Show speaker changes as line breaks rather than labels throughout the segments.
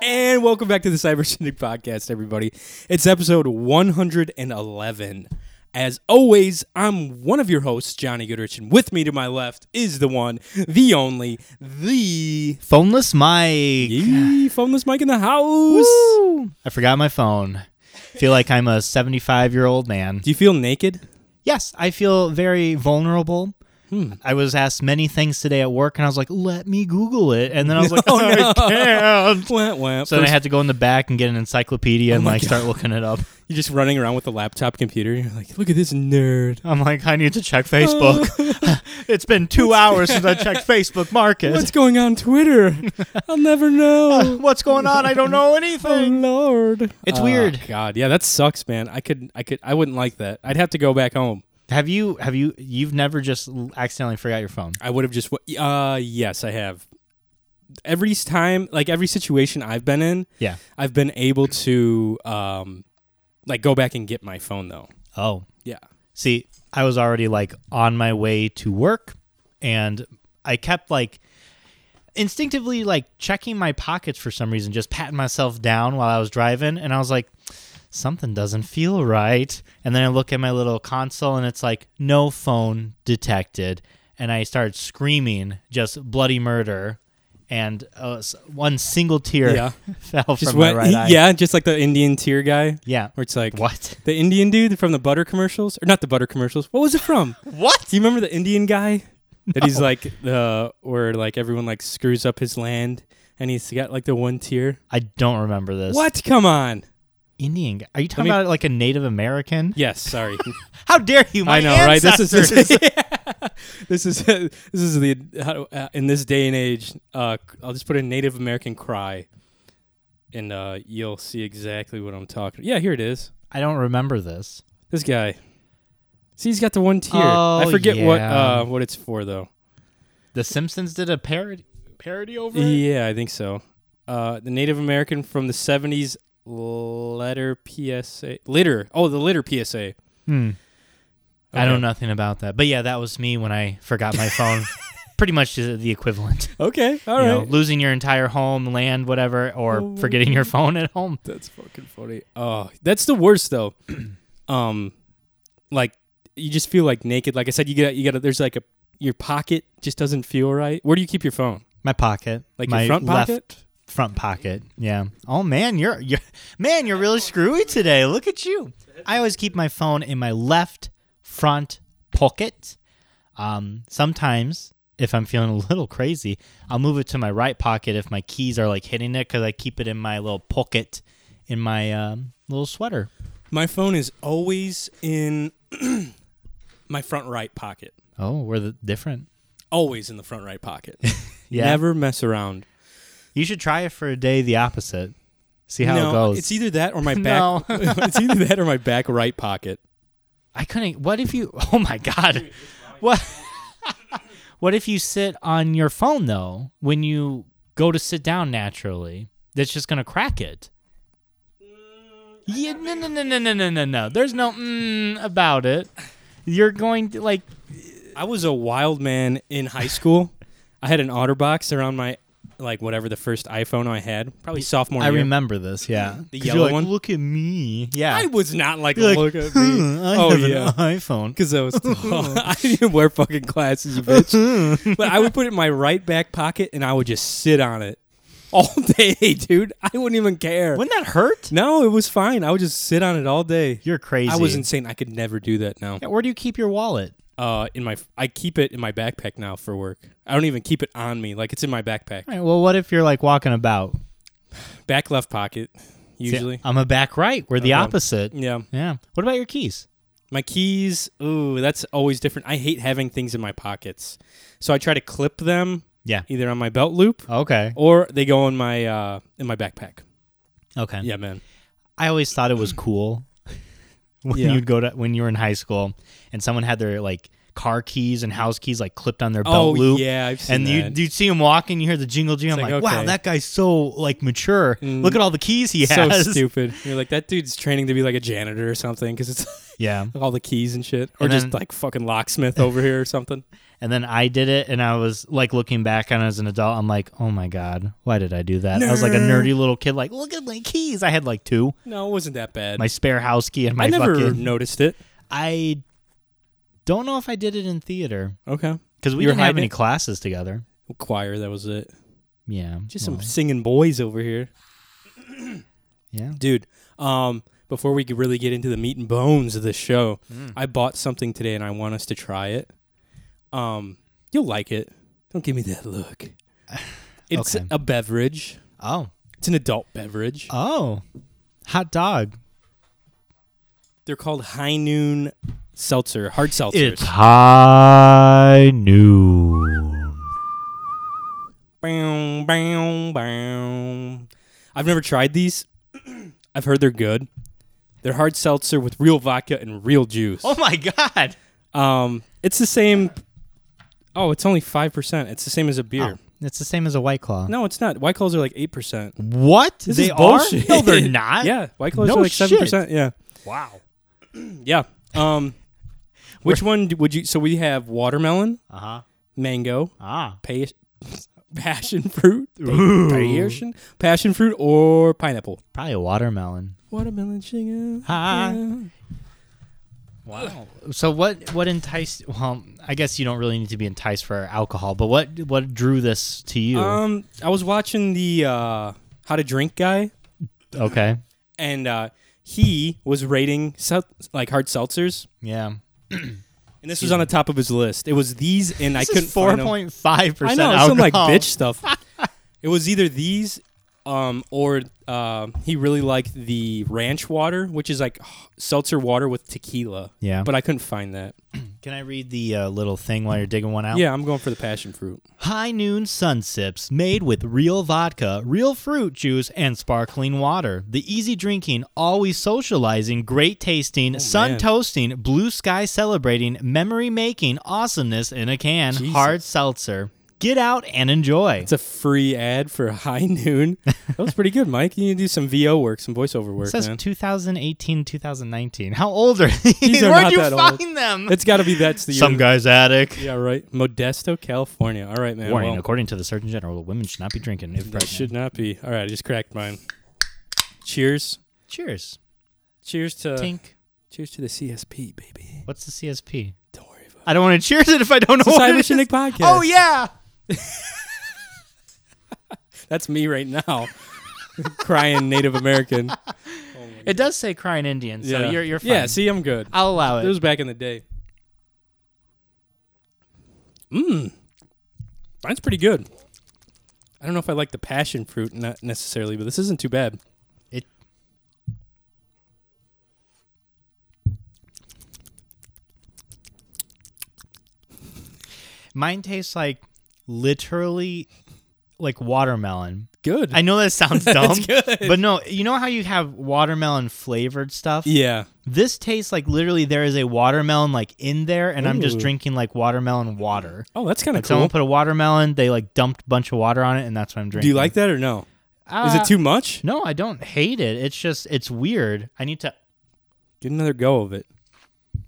And welcome back to the Cyber Cynic Podcast, everybody. It's episode 111. As always, I'm one of your hosts, Johnny Goodrich, and with me to my left is the one, the only, the
Phoneless Mike.
Yee, phoneless Mike in the house.
Woo! I forgot my phone. Feel like I'm a 75 year old man.
Do you feel naked?
Yes, I feel very vulnerable.
Hmm.
I was asked many things today at work, and I was like, "Let me Google it," and then I was like,
No,
"I
Oh, no.
can't."
Wah, wah.
So then I
First,
had to go in the back and get an encyclopedia and
Oh my
like
God.
start looking it up.
you're just running around with a laptop computer. You're like, look at this nerd.
I'm like, I need to check Facebook. it's been two hours since I checked Facebook Market.
What's going on Twitter? I'll never know.
What's going on? I don't know
Oh
anything.
Lord,
Oh,
Oh,
It's weird.
God, yeah, that sucks, man. I could, I could, I wouldn't like that. I'd have to go back home.
Have you? Have you? You've never just accidentally forgot your phone?
I would have just, w- uh, yes, I have. Every time, like every situation I've been in,
Yeah.
I've been able to, um, like go back and get my phone though.
Oh,
Yeah,
See, I was already like on my way to work and I kept like instinctively like checking my pockets for some reason, just patting myself down while I was driving and I was like something doesn't feel right. And then I look at my little console and it's like no phone detected and I started screaming just bloody murder and uh, s- one single tear
Yeah.
fell
just
from
went,
my right eye.
yeah, just like the Indian tear guy,
Yeah.
where it's like
What?
the Indian dude from the butter commercials, or not the butter commercials. What was it from?
What?
Do you remember the Indian guy that he's like the where like everyone like screws up his land and he's got like the one tier?
I don't remember this.
What? Come on.
Indian guy. Are you talking
me-
about like a Native American?
Yes, sorry.
How dare you? My
I know, right? This is this
ancestors.
is, this is this is the how, do- uh, in this day and age. Uh, I'll just put a Native American cry, and uh, you'll see exactly what I'm talking. Yeah, here it is.
I don't remember this.
This guy. See, he's got the one tier. I
Oh,
forget what
yeah.
uh, what it's for though.
The Simpsons did a parody parody over it.
Yeah, I think so. Uh, the Native American from the '70s letter PSA litter. Oh, the litter PSA.
Hmm. I
Okay.
know nothing about that, but yeah, that was me when I forgot my phone. Pretty much the the equivalent.
Okay, all
you
right. Oh.
know, losing your entire home, land, whatever, or forgetting your phone at home.
That's fucking funny. Oh, that's the worst though. um, like you just feel like naked. Like I said, you get you got to there's like a your pocket just doesn't feel right. Where do you keep your phone?
My pocket,
Like
my
your front
left
pocket.
front pocket. Yeah. Oh man, you're you're man, you're really screwy today. Look at you. I always keep my phone in my left front pocket. Um, sometimes if I'm feeling a little crazy, I'll move it to my right pocket if my keys are like hitting it because I keep it in my little pocket in my um, little sweater.
My phone is always in my front right pocket.
Oh, we're the different.
Always in the front right pocket.
Yeah.
Never mess around.
You should try it for a day the opposite. See how
no,
it goes.
It's either that or my back.
No.
it's either that or my back right pocket.
I couldn't. What if you? Oh my god! What? what if you sit on your phone though when you go to sit down naturally? That's just gonna crack it. Yeah, no, no, no, no, no, no, no, no. There's no mm about it. You're going to like.
I was a wild man in high school. I had an OtterBox around my, like whatever the first iPhone I had, probably sophomore
I
year.
remember this. Yeah,
The
'Cause
yellow
you're like,
one?
Look at me.
I
Yeah.
was not like,
You're like,
look at me
"Hmm, I
Oh,
have
yeah.
an iPhone.
because I was. I didn't wear fucking glasses, you bitch. but I would put it in my right back pocket and I would just sit on it all day, dude. I wouldn't even care.
Wouldn't that hurt?
No, it was fine. I would just sit on it all day.
You're crazy.
I was insane. I could never do that now.
Yeah, Where do you keep your wallet?
uh, in my I keep it in my backpack now for work. I don't even keep it on me; like it's in my backpack,
All right. Well, what if you're like walking about?
back left pocket,
See,
usually.
I'm a back right. We're the
Okay.
opposite.
Yeah,
Yeah. What about your keys?
my keys. Ooh, that's always different. I hate having things in my pockets, so I try to clip them
Yeah.
either on my belt loop
Okay.
or they go in my uh, in my backpack.
Okay.
Yeah, man.
I always thought it was cool when
Yeah.
you'd go to when you were in high school and someone had their like car keys and house keys like clipped on their belt
Oh,
loop.
yeah, I've seen
and
that.
you you see him walking, you hear the jingle jingle. I'm
like,
like, wow,
okay. Mm.
that guy's so like mature. Look at all the keys he
So
has.
stupid. You're like that dude's training to be like a janitor or something because it's
Yeah.
all the keys and shit, or
And
just
then-
like fucking locksmith over here or something.
And then I did it, and I was like looking back on it as an adult. I'm like, oh my god, why did I do that? I was like a
Nerd.
nerdy little kid. Like, look at my keys. I had like two,
No, it wasn't that bad.
my spare house key and my
I never
fucking.
noticed it.
I don't know if I did it in theater
Okay,
because we
You were
didn't have
hiding
any
it?
classes together.
choir. That was it.
Yeah,
Just
well,
some singing boys over here,
yeah.
dude. Um, before we could really get into the meat and bones of the show,
Mm.
I bought something today and I want us to try it. Um, you'll like it. Don't give me that look. It's
Okay.
a beverage.
Oh,
It's an adult beverage.
oh, hot dog.
They're called High Noon Seltzer, hard seltzers.
high noon.
Bow, bow, bow. I've never tried these. I've heard they're good. They're hard seltzer with real vodka and real juice.
Oh my god.
Um, it's the same. Oh, it's only five percent. It's the same as a beer.
It's the same as a white claw.
No, it's not. White claws are like eight percent.
What?
This
they
is
are?
bullshit.
No, they're not.
yeah, white claws
No
are like
shit.
seven percent. Yeah,
Wow.
yeah. Um, which one d- would you? So we have watermelon,
Uh huh.
mango,
Ah.
pa- passion fruit, pa-
Ooh.
passion, passion fruit, or pineapple.
Probably a watermelon.
Watermelon sugar.
Ah.
yeah.
Wow. So what? What enticed? Well, I guess you don't really need to be enticed for alcohol, but what? What drew this to you?
Um, I was watching the uh, How to Drink guy,
okay.
and uh, he was rating sel- like hard seltzers,
Yeah.
and this was on the top of his list. It was these, and I
This
couldn't
is four
find 'em.
point five
I
percent
know
alcohol.
some like bitch stuff. it was either these, um, or um, he really liked the ranch water, which is like seltzer water with tequila.
Yeah.
but I couldn't find that.
Can I read the uh, little thing while you're digging one out?
Yeah, I'm going for the passion fruit.
High Noon Sun Sips, made with real vodka, real fruit juice, and sparkling water. The easy drinking, always socializing, great tasting, sun
Oh, man.
toasting, blue sky celebrating, memory making, awesomeness in a can.
Jesus.
Hard seltzer. Get out and enjoy.
It's a free ad for High Noon. That was pretty good, Mike. You need to do some VO work, some voiceover work,
It says
man.
2018, 2019. How old are these?
are
Where'd
not
you
that old.
find them?
It's got to be that's the year.
Some guy's attic.
Yeah, right. Modesto, California. All right, man.
Warning:
well,
According to the Surgeon General, women should not be drinking if
that
pregnant.
should not be. All right, I just cracked mine. Cheers.
Cheers.
Cheers to
Tink.
cheers to the CSP, baby.
What's the CSP?
Don't worry about
I don't want to cheers it if I don't know
it.
what it
Cyber
is.
Shindig podcast.
Oh yeah.
that's me right now, crying Native American.
It does say crying Indian, so
yeah,
you're you're fine.
Yeah, see, I'm good.
I'll allow it.
It was back in the day. Mmm. Mine's pretty good. I don't know if I like the passion fruit, not necessarily, but this isn't too bad.
It- Mine tastes like literally like watermelon.
Good.
I know that sounds dumb,
That's good.
but no, you know how you have watermelon flavored stuff?
yeah.
This tastes like literally there is a watermelon like in there and I'm just
Ooh.
drinking like watermelon water.
Oh, that's kind of cool.
Someone put a watermelon, they like dumped a bunch of water on it and that's what I'm drinking.
Do you like that or no? Is
Uh,
it too much?
No, I don't hate it. It's just it's weird. I need to
Get another go of it.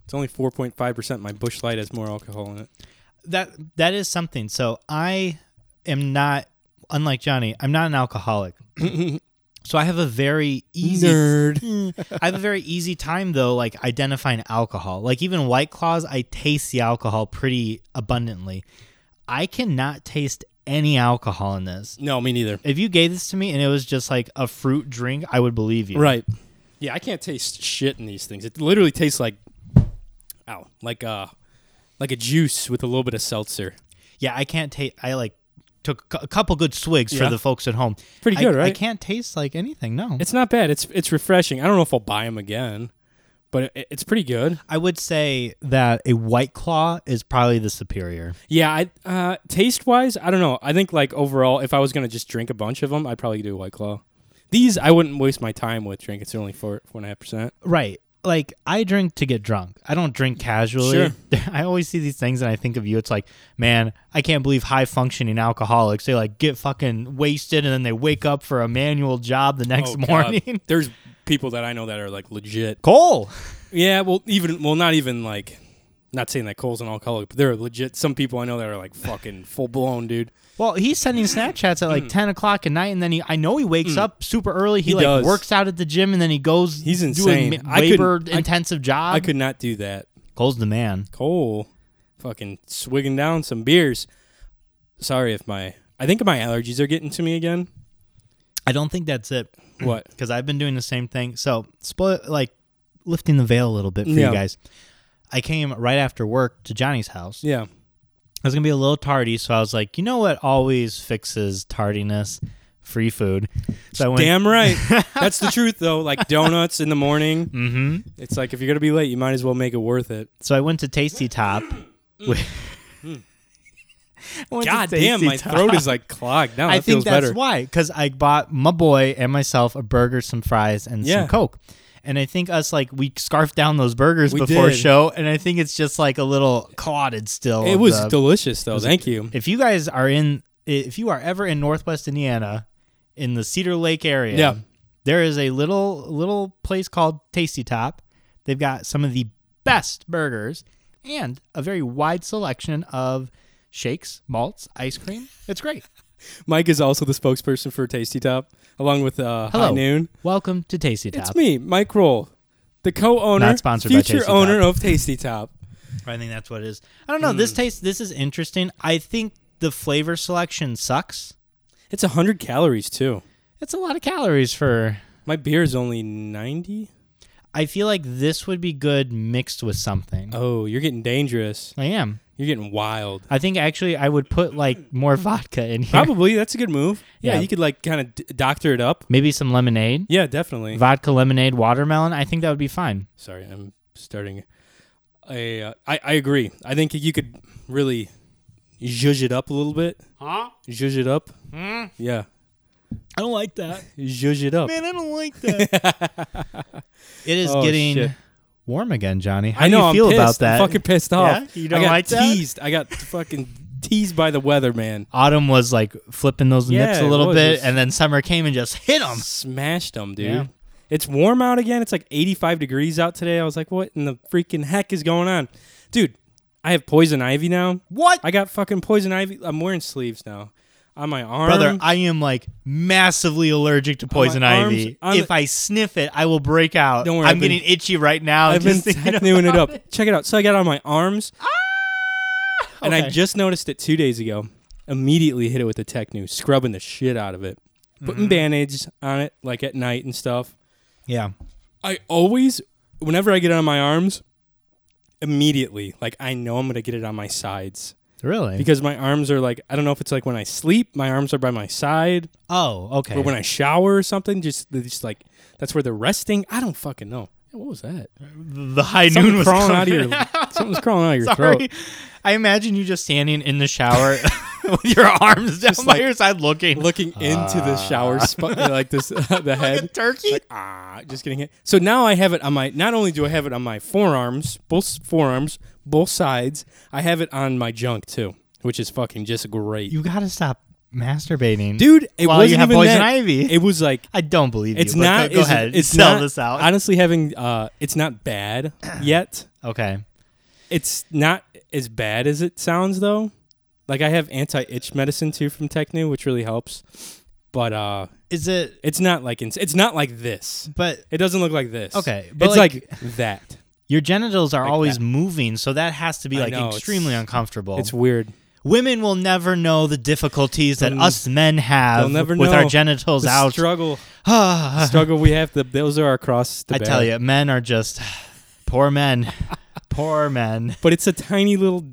It's only 4.5%. My Bush Light has more alcohol in it.
that that is something. So I am not unlike Johnny, I'm not an alcoholic. so I have a very easy I have a very easy time though like identifying alcohol. Like even white claws, I taste the alcohol pretty abundantly. I cannot taste any alcohol in this.
No, me neither.
If you gave this to me and it was just like a fruit drink, I would believe you.
Right. Yeah, I can't taste shit in these things. It literally tastes like, ow, like uh, like a juice with a little bit of seltzer.
Yeah, I can't taste. I like took a cou- a couple good swigs
Yeah.
for the folks at home.
Pretty
I-
good,
I
right?
can't taste like anything. No,
It's not bad. It's it's refreshing. I don't know if I'll buy them again, but it, it's pretty good.
I would say that a white claw is probably the superior.
Yeah, I uh, taste wise, I don't know. I think like overall, if I was gonna just drink a bunch of them, I'd probably do White Claw. These I wouldn't waste my time with. Drink. It's only four four and a half percent.
Right. like I drink to get drunk. I don't drink casually.
Sure.
I always see these things and I think of you. It's like, man, I can't believe high functioning alcoholics. They like get fucking wasted and then they wake up for a manual job the next
Oh, God.
morning.
There's people that I know that are like legit.
Cole.
Yeah, well, even well, not even like, not saying that Cole's an alcoholic, but there are legit some people I know that are like fucking full blown, dude.
Well, he's sending Snapchats at
Hmm.
like ten o'clock at night, and then he I know he wakes up super early. He, like
does.
works out at the gym, and then he goes.
He's
doing
insane.
ma-
I couldn't-
labor intensive job.
I could not do that.
Cole's the man.
Cole, fucking swigging down some beers. Sorry if my, I think my allergies are getting to me again.
I don't think that's it
What?
because I've been doing the same thing. So, spoil like lifting the veil a little bit for
Yeah.
you guys. I came right after work to Johnny's house.
Yeah.
I was gonna be a little tardy, so I was like, you know what always fixes tardiness? Free food. So I went.
Damn right. That's the truth though. Like donuts in the morning.
hmm
It's like if you're gonna be late, you might as well make it worth it.
So I went to Tasty Top. with- I went to
Hmm. God damn,
Tasty
my
Top.
throat is like clogged. Now
I
that
think
feels
that's
better.
why, because I bought my boy and myself a burger, some fries, and
Yeah.
some coke. And I think us like we scarfed down those burgers
We
before
did.
show, and I think it's just like a little clotted still.
it
of
was
the-
delicious though. Thank you.
if you guys are in, if you are ever in Northwest Indiana, in the Cedar Lake area,
Yeah.
there is a little little place called Tasty Top. They've got some of the best burgers and a very wide selection of shakes, malts, ice cream. It's great.
Mike is also the spokesperson for Tasty Top, along with uh,
Hello.
High Noon.
Welcome to Tasty Top.
It's me, Mike Roll, the co-owner,
Not sponsored by
future
Tasty Top.
owner of Tasty Top.
I think that's what it is. I don't know.
Hmm.
This taste. This is interesting. I think the flavor selection sucks.
It's hundred calories too.
It's a lot of calories for.
My beer is only ninety.
I feel like this would be good mixed with something.
Oh, you're getting dangerous.
I am.
You're getting wild.
I think actually I would put like more vodka in here.
Probably that's a good move. Yeah,
Yeah.
you could like kind of d- doctor it up.
Maybe some lemonade.
Yeah, definitely.
Vodka, lemonade, watermelon. I think that would be fine.
Sorry, I'm starting. I, uh, I I agree. I think you could really zhuzh it up a little bit.
Huh?
Zhuzh it up. Yeah,
I don't like that.
zhuzh it up.
Man, I don't like that. it is
Oh,
getting
shit.
warm again, Johnny. How
I know.
do you feel
I'm
about
pissed. I'm
that?
fucking pissed off.
Yeah? You don't
I got
like that?
teased. I got fucking teased by the weather, man.
Autumn was like flipping those nips
Yeah,
a
it
little
was.
bit, and then summer came and just hit them.
Smashed them, dude.
Yeah.
It's warm out again. It's like 85 degrees out today. I was like, what in the freaking heck is going on, dude? I have poison ivy now.
What?
I got fucking poison ivy. I'm wearing sleeves now on my arm.
Brother, I am like massively allergic to poison
Oh, arms,
ivy.
on
if
the-
I sniff it, I will break out.
Don't worry,
I'm
I've been-
getting itchy right now.
I've been
just thinking about-
tattooing it up. Check it out. So I got it on my arms, and I
Okay.
just noticed it two days ago. Immediately hit it with a tech new, scrubbing the shit out of it, putting band aids on it, like at night and stuff.
yeah.
I always, whenever I get it on my arms, immediately, like I know I'm gonna get it on my sides
Really?
because my arms are like I don't know if it's like when I sleep, my arms are by my side,
oh, okay.
or when I shower or something. Just, they're just like that's where they're resting. I don't fucking know. What was that?
the high
Something
noon was
crawling out of
coming.
your. Something's crawling out of your throat.
Sorry. I imagine you just standing in the shower with your arms down by
like-
your side looking.
looking into the shower spot like this the
Ah. like a
head
turkey.
ah just getting hit so now i have it on my not only do i have it on my forearms both forearms both sides i have it on my junk too which is fucking just great
you gotta stop masturbating.
dude it
While you
wasn't
have
even
poison
that.
ivy.
it was like
I don't believe you.
it's
but
not
Go, go
it's,
ahead.
it's
Sell
not-
this out.
honestly having uh it's not bad yet
okay.
it's not as bad as it sounds though like i have anti-itch medicine too from technu which really helps but uh
Is it?
it's not like ins- it's not like this
But
It doesn't look like this.
Okay, but
It's like, that.
your genitals are always
that.
moving, so that has to be
I
like
know,
extremely
it's-
uncomfortable.
It's weird.
Women will never know the difficulties that
They'll-
us men have
they'll never
with our
know.
genitals
The
out.
struggle, struggle we have. The those are our cross. To
I
bear.
tell you, men are just poor men. poor men.
but it's a tiny little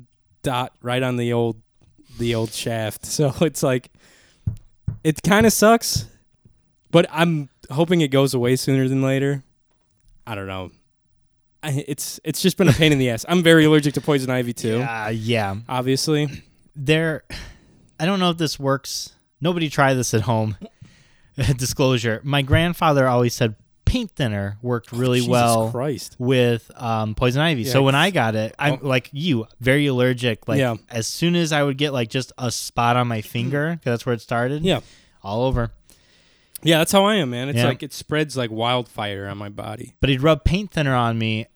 dot right on the old, the old shaft. So it's like, it kind of sucks, but I'm hoping it goes away sooner than later. I don't know. I, it's it's just been a pain in the ass. I'm very allergic to poison ivy too.
Uh, yeah.
Obviously,
There I don't know if this works. Nobody try this at home. Disclosure. My grandfather always said paint thinner worked really
Oh, Jesus
well
Christ.
with um, poison ivy.
Yeah.
So when I got it, I'm like you, very allergic. Like
Oh. Yeah.
as soon as I would get like just a spot on my finger, 'cause that's where it started.
Yeah.
all over.
Yeah, that's how I am, man. It's
Yeah.
like it spreads like wildfire on my body.
But he'd rub paint thinner on me,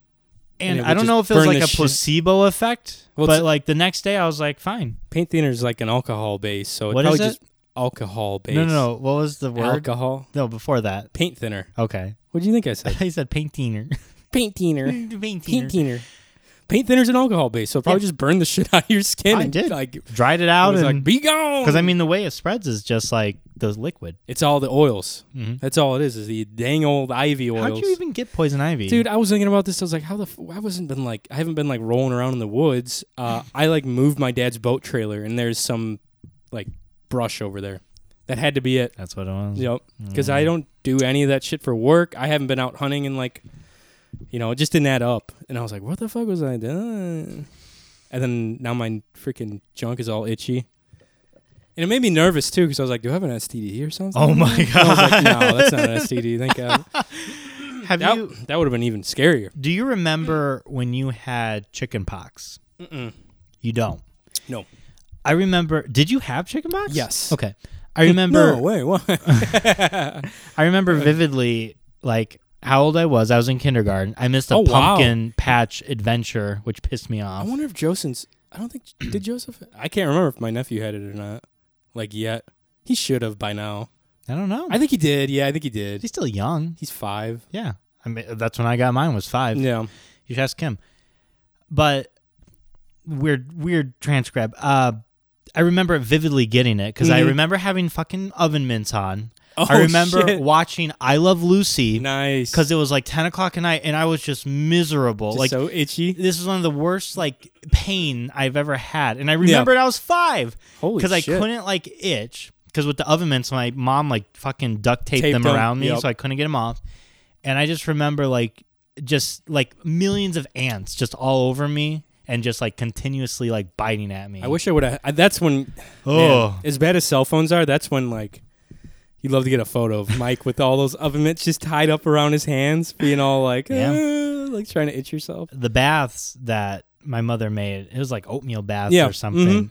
and,
And it would
I don't
just
know if it was
burn
like
the
a
shit-
placebo effect.
Well, it's-
but like the next day, I was like, fine.
Paint thinner is like an alcohol base, so it
What
probably
is it?
just alcohol base.
No, no, no. What was the word?
Alcohol.
No, before that.
Paint thinner.
Okay,
What do you think I said?
he said paint thinner.
Paint thinner.
paint
Paint thinner. Paint thinner's an alcohol base, so it probably just burn the shit out of your skin.
I
and,
did.
Like,
Dried it
I
out
was like,
and
be gone.
because I mean the way it spreads is just like the liquid.
it's all the oils.
Mhm.
That's all it is. Is the dang old ivy oils.
How'd you even get poison ivy,
Dude, I was thinking about this. I was like, how the f- I wasn't been like I haven't been like rolling around in the woods. Uh, I like moved my dad's boat trailer, and there's some like brush over there. That had to be it.
That's what it was.
Yep.
Mm.
Because I don't do any of that shit for work. I haven't been out hunting and like, you know, it just didn't add up. And I was like, what the fuck was I doing? And then now my freaking junk is all itchy. And it made me nervous too because I was like, do I have an STD or something?
Oh my
I was like,
God.
no, that's not an STD. Thank God.
Have
That,
you?
that would have been even scarier.
Do you remember when you had chicken pox?
Mm-mm.
You don't.
No.
I remember. Did you have chicken pox?
Yes.
Okay. I remember.
No, wait, what?
I remember vividly, like how old I was. I was in kindergarten. I missed a
Oh, wow.
pumpkin patch adventure, which pissed me
I
off.
wonder if Joseph's. I don't think. Did Joseph. I can't remember if my nephew had it or not. Like, yet. He should have by now.
I don't know.
I think he did. Yeah, I think he did.
He's still young.
He's five.
Yeah. I mean, that's when I got mine. Was five.
Yeah.
You should ask him. But weird, weird transcribe. Uh, I remember vividly getting it because I
Mhm.
remember having fucking oven mints on.
Oh,
I remember
shit.
watching I Love Lucy
nice.
because it was like ten o'clock at night and I was just miserable.
Just
like
so itchy.
this was one of the worst like pain I've ever had, and I remembered I was five
Holy
because I
shit.
couldn't like itch because with the oven mints, my mom like fucking duct taped,
Taped
them,
them,
around me,
yep.
so I couldn't get them off. And I just remember like just like millions of ants just all over me and just like continuously like biting at me.
I wish I would have. That's when.
Oh.
man, as bad as cell phones are, that's when like. You would love to get a photo of Mike with all those oven mitts just tied up around his hands, being all like,
Yeah.
"Ah," like trying to itch yourself.
the baths that my mother made. It was like oatmeal baths
Yeah, Mm-hmm.
or something.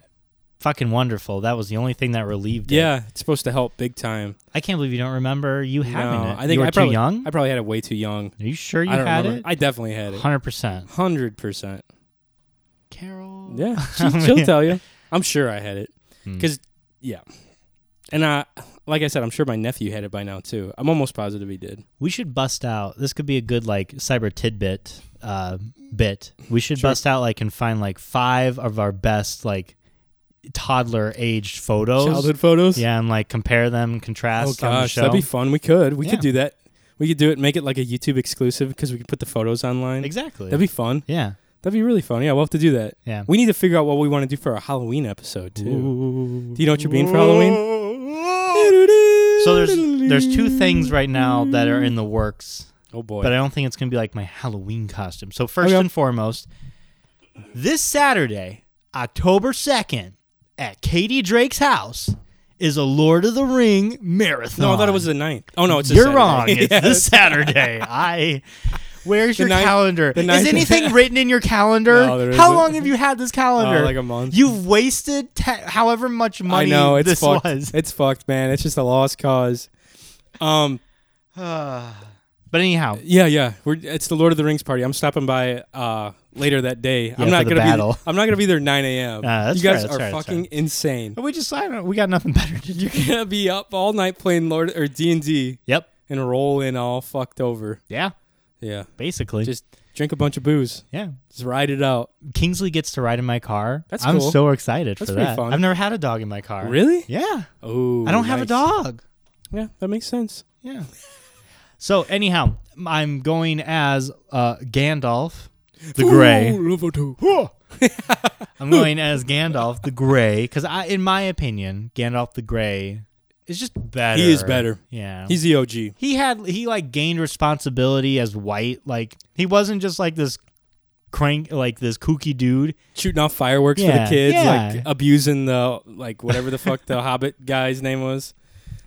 Fucking wonderful. That was the only thing that relieved it.
Yeah, it's supposed to help big time.
I can't believe you don't remember you having
No,
it.
I think
you were
I probably
too young.
I probably had it way too young.
Are you sure you
I don't
had
remember.
it?
I definitely had it.
Hundred percent.
Hundred percent.
Carol.
Yeah, she, she'll tell you. I'm sure I had it
Hmm.
because yeah, and I like I said, I'm sure my nephew had it by now too. I'm almost positive he did.
We should bust out. This could be a good like cyber tidbit uh, bit. We should
Sure.
bust out like and find like five of our best like toddler aged photos.
Childhood photos.
Yeah, and like compare them,
Oh
contrast. on the
gosh,
show.
that'd be fun. We could. We
Yeah.
could do that. We could do it. and Make it like a YouTube exclusive because we could put the photos online.
exactly.
That'd be fun.
yeah,
That'd be really fun. Yeah, we'll have to do that.
yeah.
We need to figure out what we want to do for our Halloween episode too.
Ooh.
Do you know what you're being for Halloween?
So there's there's two things right now that are in the works,
Oh boy.
but I don't think it's gonna be like my Halloween costume. So first
Okay.
and foremost, this Saturday, October second, at Katie Drake's house is a Lord of the Ring marathon.
no, I thought it was the ninth. Oh no, it's a
You're
Saturday.
wrong. It's
Yeah.
this Saturday. I. Where's
The
your
ninth-
calendar?
the
Is
ninth-
anything written in your calendar?
No, there
How
isn't. Oh,
long have you had this calendar?
uh, like a month.
You've wasted te- however much money
I know it's
this
fucked.
was.
It's fucked, man. It's just a lost cause. Um,
but anyhow,
yeah, yeah. We're it's the Lord of the Rings party. I'm stopping by uh later that day. I'm
for
not
the
gonna
battle.
be. I'm not gonna be there 9 a.m.
Ah, that's
you guys
fair, that's
are
fair, that's
fucking insane.
we just I don't, we got nothing better to do.
You're gonna be up all night playing Lord or D and D
Yep.
and roll in all fucked over.
Yeah.
Yeah,
Basically.
just drink a bunch of booze.
yeah.
Just ride it out.
Kingsley gets to ride in my car.
That's
I'm
cool.
so excited
That's
for
pretty
that.
fun.
I've never had a dog in my car.
Really?
Yeah.
Oh,
I don't have a
nice.
dog.
Yeah, that makes sense.
Yeah. so anyhow, I'm going as uh, Gandalf the Gray.
Ooh, level two.
I'm going as Gandalf the Gray because I, in my opinion, Gandalf the Gray is just better.
He is better.
Yeah.
He's the OG.
he had he like gained responsibility as white like he wasn't just like this crank like this kooky dude
shooting off fireworks for the
Yeah,
kids,
yeah.
like abusing the like whatever the fuck the Hobbit guy's name was,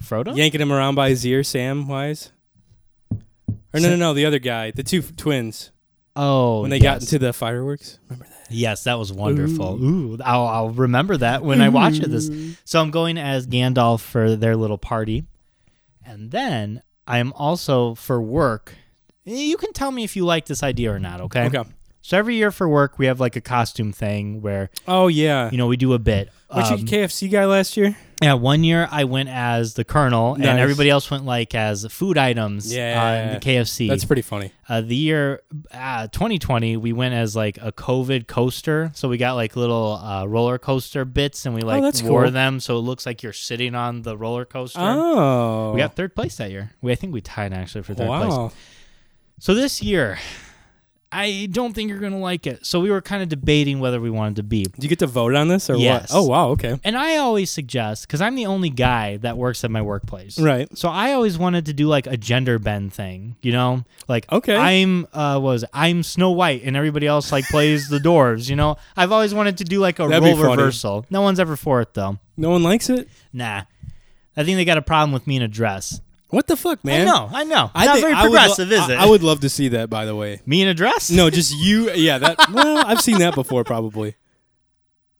frodo
yanking him around by his ear, Sam Wise. Or no, no, no, the other guy, the two f- twins,
Oh,
when they got into the fireworks. Remember that?
Yes, that was wonderful. Ooh, I'll, I'll remember that when I watch it this.
Mm-hmm.
So I'm going as Gandalf for their little party. And then I'm also for work. Eh, You can tell me if you like this idea or not, okay?
Okay.
So every year for work, we have like a costume thing where,
Oh yeah.
you know, we do a bit.
Which
Um,
KFC guy last year?
yeah, one year I went as the colonel,
Nice.
and everybody else went like as food items uh,
Yeah.
on the KFC.
That's pretty funny.
uh, the year uh, 2020 we went as like a covid coaster so we got like little uh, roller coaster bits and we like
Oh, that's
wore
cool.
them so it looks like you're sitting on the roller coaster
Oh.
we got third place that year we, i think we tied actually for third place
wow.
so this year i don't think you're gonna like it so we were kind of debating whether we wanted to be
Do you get to vote on this or
Yes.
what? Oh wow, okay.
and i always suggest because i'm the only guy that works at my workplace
Right.
So I always wanted to do like a gender bend thing, you know? Like
Okay.
I'm uh what was it? I'm Snow White and everybody else like plays the dwarves, you know? I've always wanted to do like a
That'd be
role
funny.
reversal. No one's ever for it though.
No one likes it?
Nah. I think they got a problem with me in a dress.
What the fuck, man?
I know, I know. Not very
would lo-
progressive, is
I-
it?
I would love to see that by the way.
me in a dress?
No, just you yeah, that well, I've seen that before probably.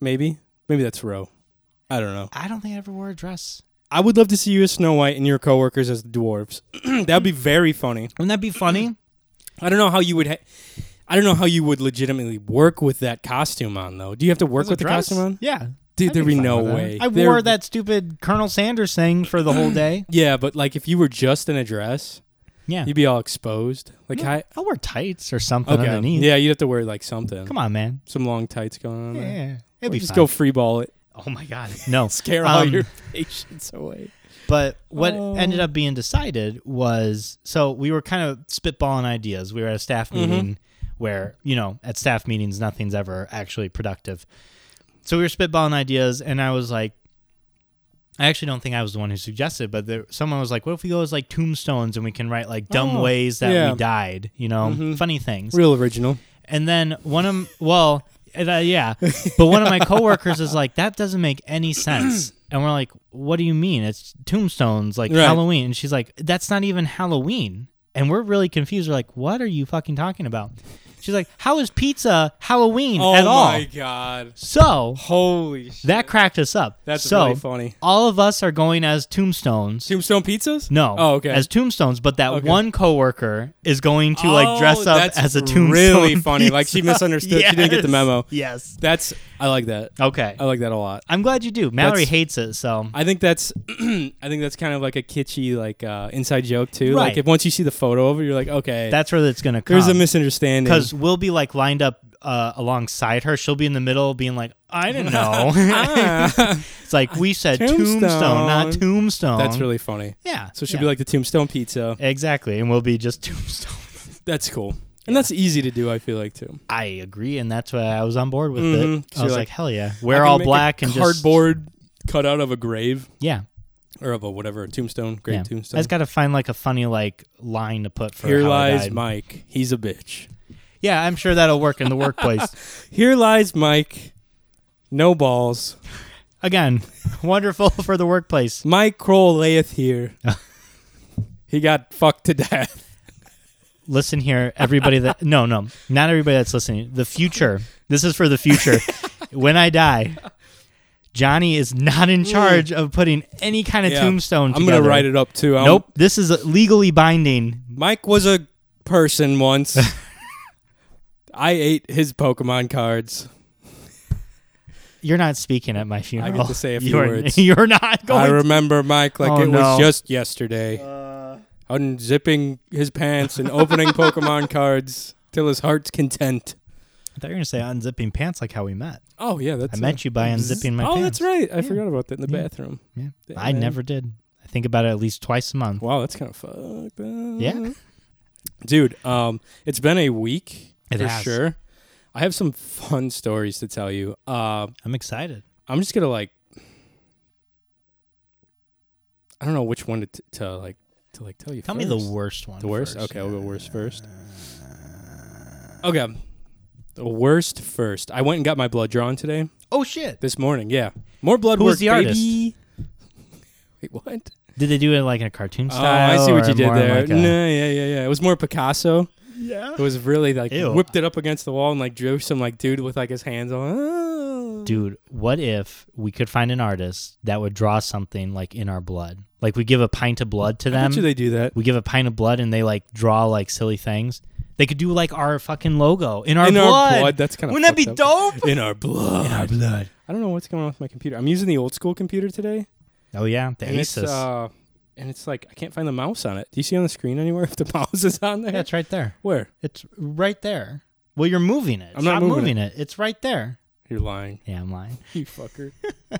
Maybe. Maybe that's Roe. I don't know.
I don't think I ever wore a dress.
I would love to see you as Snow White and your coworkers as dwarves. That'd be very funny.
Wouldn't that be funny?
I don't know how you would. Ha- I don't know how you would legitimately work with that costume on though. Do you have to work with the
Dress?
costume on?
Yeah.
Dude,
I'd
there'd be
fine
no
with that.
way.
I
There-
wore that stupid Colonel Sanders thing for the whole day.
Yeah, but like if you were just in a dress,
Yeah.
you'd be all exposed. Like
Yeah,
I
I'll wear tights or something
okay,
underneath.
yeah, you'd have to wear like something,
Come on, man.
some long tights going on. there.
Yeah.
Or
It'd be
just
fine.
go free ball it,
Oh my god, no!
scare all
Um,
your patients away.
But what
Oh.
ended up being decided was so we were kind of spitballing ideas. We were at a staff
Mm-hmm.
meeting where you know at staff meetings nothing's ever actually productive. So we were spitballing ideas, and I was like, I actually don't think I was the one who suggested, but there, someone was like, "What if we go as like tombstones and we can write like dumb
Oh,
ways that
yeah. Mm-hmm.
we died? You know, funny things."
Real original.
And then one of 'em- well, and, uh, yeah, but one of my coworkers is like, that doesn't make any sense. And we're like, what do you mean? It's tombstones, like
Right.
Halloween. And she's like, that's not even Halloween. And we're really confused. We're like, what are you fucking talking about? She's like, how is pizza Halloween
Oh
at all?
my god!
So
Holy shit!
that cracked us up.
That's
so
really funny.
all of us are going as tombstones.
Tombstone pizzas?
No.
Oh, okay.
As tombstones, but that
Okay.
one coworker is going to
Oh,
like dress up
that's
as a tombstone.
Really funny. Like she
pizza.
misunderstood. She didn't get the
Yes.
memo.
Yes.
That's I like that.
Okay.
I like that a lot.
I'm glad you do. Mallory
That's-
hates it, so
I think that's I think that's kind of like a kitschy like uh, inside joke too. Like
Right.
if once you see the photo of it, you're like, okay,
that's where it's gonna come.
there's a misunderstanding.
because we'll be like lined up uh, alongside her. She'll be in the middle, being like, "I didn't know."
Ah.
it's like we said
Tombstone.
tombstone, not tombstone.
that's really funny.
yeah.
So she'll be like the tombstone pizza.
exactly, and we'll be just tombstone.
That's cool, and that's easy to do. I feel like too.
I agree, and that's why I was on board with
Mhm,
it.
'cause
I was
you're like,
like, "Hell yeah,
I
wear
can
all
make a
black and
cardboard cut out of a grave
Just, yeah,
or of a whatever a tombstone, great
yeah. I
tombstone.
just got to find like a funny like line to put for
Here
how I
lies
died.
Mike. He's a bitch.
Yeah, I'm sure that'll work in the workplace.
Here lies Mike. No balls.
Again, wonderful for the workplace.
Mike Kroll layeth here. he got fucked to death.
listen here, everybody that no, no, not everybody that's listening. The future. This is for the future. when I die, Johnny is not in charge of putting any kind of
Mm. Yeah.
tombstone.
I'm gonna write it up too. I'm-
Nope, this is uh, legally binding.
Mike was a person once. I ate his Pokemon cards.
You're not speaking at my
I
funeral.
get to say a few
you're,
words.
You're not
I
going.
remember Mike like
Oh,
it was
no.
just yesterday. Unzipping his pants and opening Pokemon cards till his heart's content.
I thought you were gonna say unzipping pants like how we met.
Oh yeah, that's
I met you by unzipping my
oh,
pants.
that's right. I
Yeah.
forgot about that in the
Yeah.
bathroom.
Yeah.
Damn,
I
man.
never did. I think about it at least twice a month.
Wow, that's kind of fucked. Up.
Yeah.
dude. Um, it's been a week
It
for
has.
sure. I have some fun stories to tell you. Uh,
I'm excited.
I'm just gonna like. I don't know which one to, t- to like to like tell you.
Tell me
first.
the worst one.
The worst.
first.
Okay, we'll go worst first. Okay, the worst first. I went and got my blood drawn today
Oh shit.
this morning. Yeah, more blood
Who
work.
was the
baby. Wait, what?
Did they do it like in a cartoon
Oh, I
style?
see what
or
you did
more
there.
Like a-
no, yeah, yeah, yeah. It was more Picasso.
Yeah.
It was really like
Ew.
whipped it up against the wall and like drew some like dude with like his hands on. "Ah."
Dude, what if we could find an artist that would draw something like in our blood? Like we give a pint of blood to
I bet
them.
you they do that.
we give a pint of blood and they like draw like silly things. They could do like our fucking logo in our
in
blood.
our blood. That's kind of
Wouldn't that be dope?
In our blood.
In our blood.
I don't know what's going on with my computer. I'm using the old school computer today,
Oh yeah, the
and it's
Asus.
uh, and it's like I can't find the mouse on it. Do you see on the screen anywhere if the mouse is on there?
yeah, it's right there.
Where?
It's right there. Well, you're moving it.
I'm
Stop
not moving
it. It's right there.
You're lying,
Yeah, I'm lying.
you fucker.
I,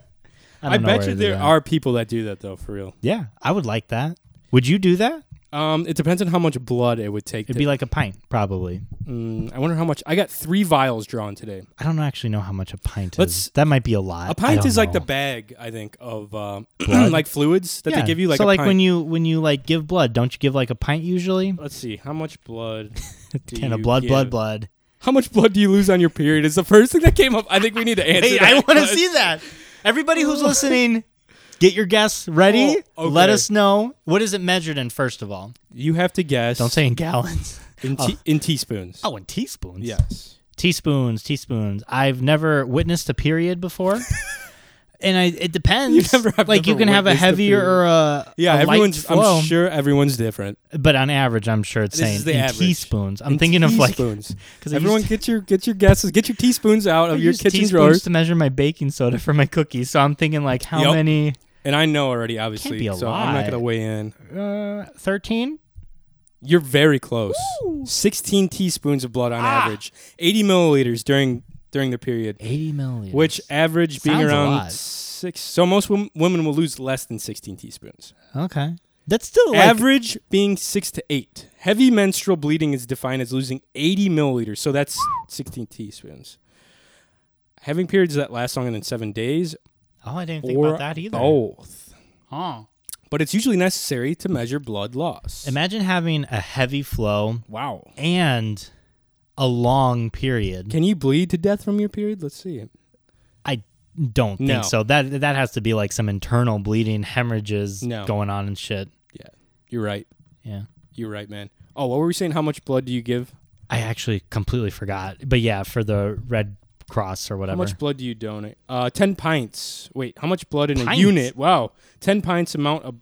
I,
don't know
bet
where
you
to do
there
that.
are people that do that though, for real.
Yeah, I would like that. Would you do that?
Um, it depends on how much blood it would take.
It'd
to,
be like a pint, probably.
Mm, I wonder how much. I got three vials drawn today.
I don't actually know how much a pint
Let's-
is. That might be a lot.
A pint is like the bag, I think, of um,
Blood?
like fluids that they give you. Like
so,
a
like
pint.
when you when you like give blood, don't you give like a pint usually?
Let's see how much blood. do
Can of
you
blood,
give?
blood, blood.
How much blood do you lose on your period? Is the first thing that came up. I think we need to answer.
Hey,
that
I want to
question.
see that. Everybody who's listening, get your guess ready.
Oh, okay.
Let us know what is it measured in. First of all,
You have to guess.
don't say in gallons.
in, te- in teaspoons.
Oh, in teaspoons.
Yes.
teaspoons, teaspoons. I've never witnessed a period before. And I, it depends.
You've never- I've
like you
never
can have a
witnessed a
heavier
period.
or a
Yeah,
a light
everyone's.
flow,
I'm sure everyone's different.
but on average, I'm sure it's
This
saying
is the
in
average.
teaspoons. I'm
In
thinking of like
teaspoons.
because
Everyone, get your get your guesses. Get your teaspoons out of your kitchen
teaspoons
drawers.
to measure my baking soda for my cookies. So I'm thinking like how
Yep.
many?
And I know already, obviously,
be a
so I'm not
lot.
gonna weigh in.
uh, Thirteen.
You're very close. 16 teaspoons of blood on average. 80 milliliters during during the period,
80 milliliters.
which average being
Sounds a
around
lot.
six. So most wom- women will lose less than 16 teaspoons.
okay, that's still like,
average being six to eight. Heavy menstrual bleeding is defined as losing 80 milliliters. So that's 16 teaspoons. Having periods that last longer than seven days
Oh, I didn't think
or
about that either.
Oh. both.
Huh.
But it's usually necessary to measure blood loss.
Imagine having a heavy flow
wow.
and a long period.
Can you bleed to death from your period? Let's see it.
I don't
No.
think so. That that has to be like some internal bleeding, hemorrhages
No.
going on and shit.
Yeah, you're right.
Yeah.
You're right, man. Oh, what were we saying? How much blood do you give?
I actually completely forgot. But yeah, for the Red Cross or
How
whatever.
much blood do you donate? Uh, ten pints. Wait, how much blood in a
Pints?
unit? Wow, ten pints amount of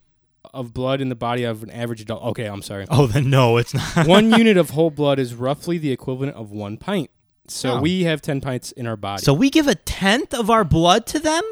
of blood in the body of an average adult. Okay, I'm sorry.
oh, then no, it's not.
one unit of whole blood is roughly the equivalent of one pint. So
Oh.
we have ten pints in our body.
So we give a tenth of our blood to them?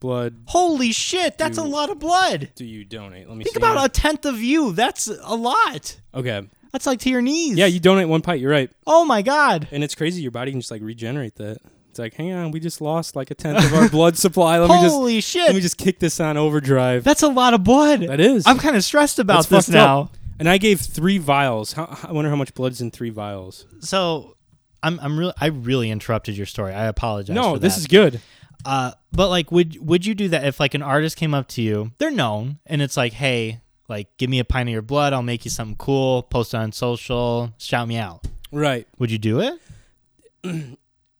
blood
Holy shit, that's a lot of blood.
do you donate? Let me
Think
see.
about a tenth of you. That's a lot.
okay.
That's like to your knees.
Yeah, you donate one pint. You're right,
oh my god.
and it's crazy. Your body can just like regenerate that. It's like, hang on, we just lost like a tenth of our blood supply. Let me just
Holy
let
shit.
me just kick this on overdrive.
that's a lot of blood.
That is.
I'm kind of stressed about
That's
this
fucked
now.
up. And I gave three vials. How, I wonder how much blood's in three vials.
So I'm I'm really I really interrupted your story. I apologize.
no,
for
this
that.
is good.
Uh, but like, would would you do that if like an artist came up to you? They're known, and it's like, hey, like, give me a pint of your blood. I'll make you something cool. Post it on social. Shout me out.
Right.
Would you do it?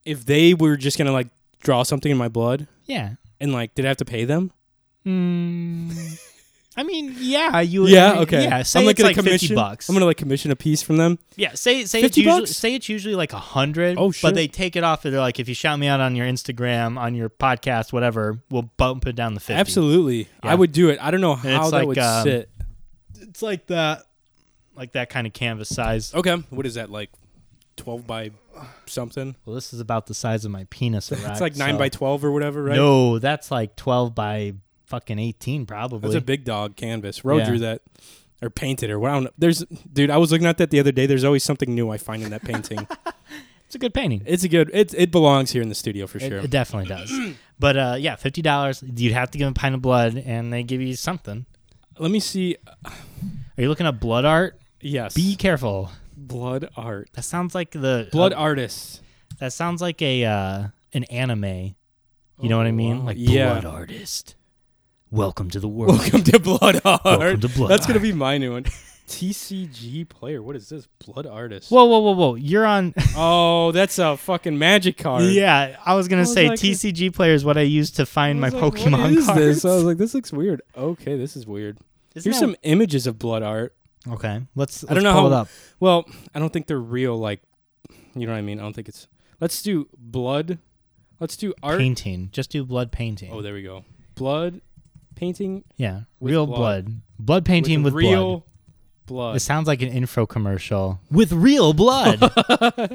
If they were just gonna like draw something in my blood
Yeah.
and like, did I have to pay them?
Mm, I mean, yeah, you.
Hmm. Yeah. Okay.
Yeah. Say
I'm like
it's
gonna
like
commission.
fifty bucks.
I'm gonna like commission a piece from them.
yeah. Say say
50
it's usually,
bucks?
say it's usually like a hundred.
Oh,
But
shit.
they take it off. And they're like, if you shout me out on your Instagram, on your podcast, whatever, we'll bump it down to fifty.
Absolutely. I
Yeah.
would do it. I don't know how
it's
that
like,
would
um,
sit.
It's like that, like that kind of canvas size.
Okay. What is that like? Twelve by something.
Well, this is about the size of my penis.
It's like nine by twelve or whatever, right?
No, that's like twelve by fucking eighteen, probably.
That's a big dog canvas. Roe
Yeah.
drew that. Or painted or what I don't know. There's dude, I was looking at that the other day. There's always something new I find in that painting.
it's a good painting.
It's a good. It it belongs here in the studio for
It,
sure.
it definitely does. But uh, yeah, fifty dollars. You'd have to give them a pint of blood, and they give you something.
Let me see.
Are you looking up blood art?
Yes.
Be careful.
blood art. Um,
That sounds like the
Blood
uh,
artists.
that sounds like a uh, an anime. You know what I
Oh,
mean?
wow.
Like
Yeah.
blood artist. Welcome to the world.
Welcome to blood art.
Welcome to blood
That's gonna
art.
be my new one. TCG player. What is this? Blood artist.
Whoa, whoa, whoa, whoa! You're on.
Oh, that's a fucking magic card.
yeah, I was gonna
was
say
like-
TCG player is what I use to find my
I was like,
Pokemon
what is
cards.
this? I was like, this looks weird. Okay, this is weird.
Isn't
Here's
that-
some images of blood art.
Okay, let's.
I don't
let's
know
pull
how-
it up.
Well, I don't think they're real. Like, you know what I mean? I don't think it's. Let's do blood. Let's do art.
Painting. Just do blood painting.
Oh, there we go. Blood painting
yeah,
with
real
blood.
blood. blood. painting with, blood.
real blood.
It sounds like an info commercial with real blood.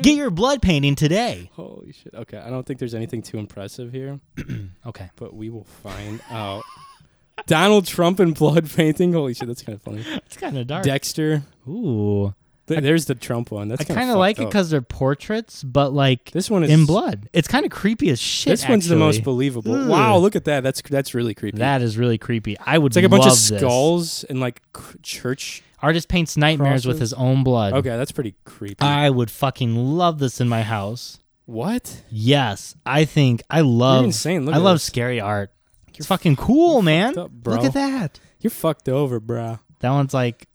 Get your blood painting today.
Holy shit. Okay, I don't think there's anything too impressive here,
Okay.
but we will find out. Donald Trump and blood painting. Holy shit, that's kind of funny.
It's kind of dark.
Dexter.
Ooh.
Th- there's the Trump one. That's
I
kind of
like it because they're portraits, but like
this one is
in blood. It's kind of creepy as shit.
This one's the most
actually.
believable.
Ugh.
Wow, look at that. That's that's really creepy.
That is really creepy. I would
it's like a bunch of
love this.
skulls and like c- church.
Artist paints nightmares with
Crosses.
his own blood.
Okay, that's pretty creepy.
I would fucking love this in my house.
what?
Yes, I think I love.
insane. Look
I
at
love
this.
scary art. It's fucking cool, man.
up, bro.
Look at that.
You're fucked over, bruh.
That one's like,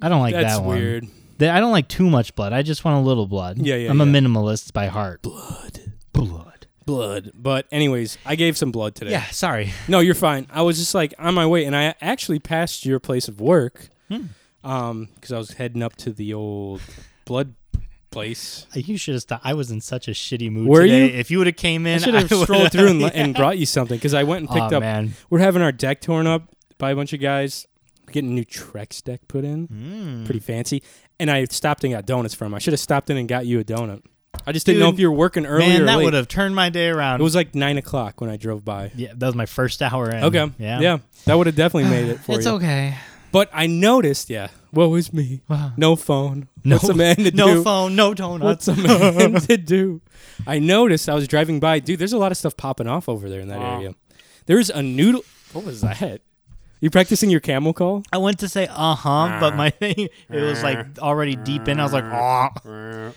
I don't like
that's
that one.
weird.
Th- I don't like too much blood. I just want a little blood.
Yeah, yeah,
I'm a
yeah.
minimalist by heart. Blood. Blood.
Blood. But anyways, I gave some blood today.
Yeah. Sorry.
No, you're fine. I was just like on my way, and I actually passed your place of work,
Hmm.
um, because I was heading up to the old blood place.
You should have stopped. I was in such a shitty mood
Were
today.
you?
If you would have came
I
in,
should have
would-
strolled through and, and brought you something because I went and picked
Aw,
up.
man.
We're having our deck torn up by a bunch of guys. We're getting a new Trex deck put in,
Mm.
pretty fancy. And I stopped and got donuts from. I should have stopped in and got you a donut. I just didn't know
Dude,
if you were working early
Man,
or
that
late.
would have turned my day around.
It was like nine o'clock when I drove by.
yeah, that was my first hour in.
Okay.
Yeah.
Yeah. That would have definitely made it for
It's
you.
okay.
But I noticed, yeah. What was me?
Wow.
No phone.
No-
What's a man to
No
do?
phone, no donuts.
What's a man to do? I noticed I was driving by. Dude, there's a lot of stuff popping off over there in that
Wow.
area. There's a noodle. What was that? You practicing your camel call?
I went to say uh
Ah.
huh, but my thing it was like already deep in. I was like, oh.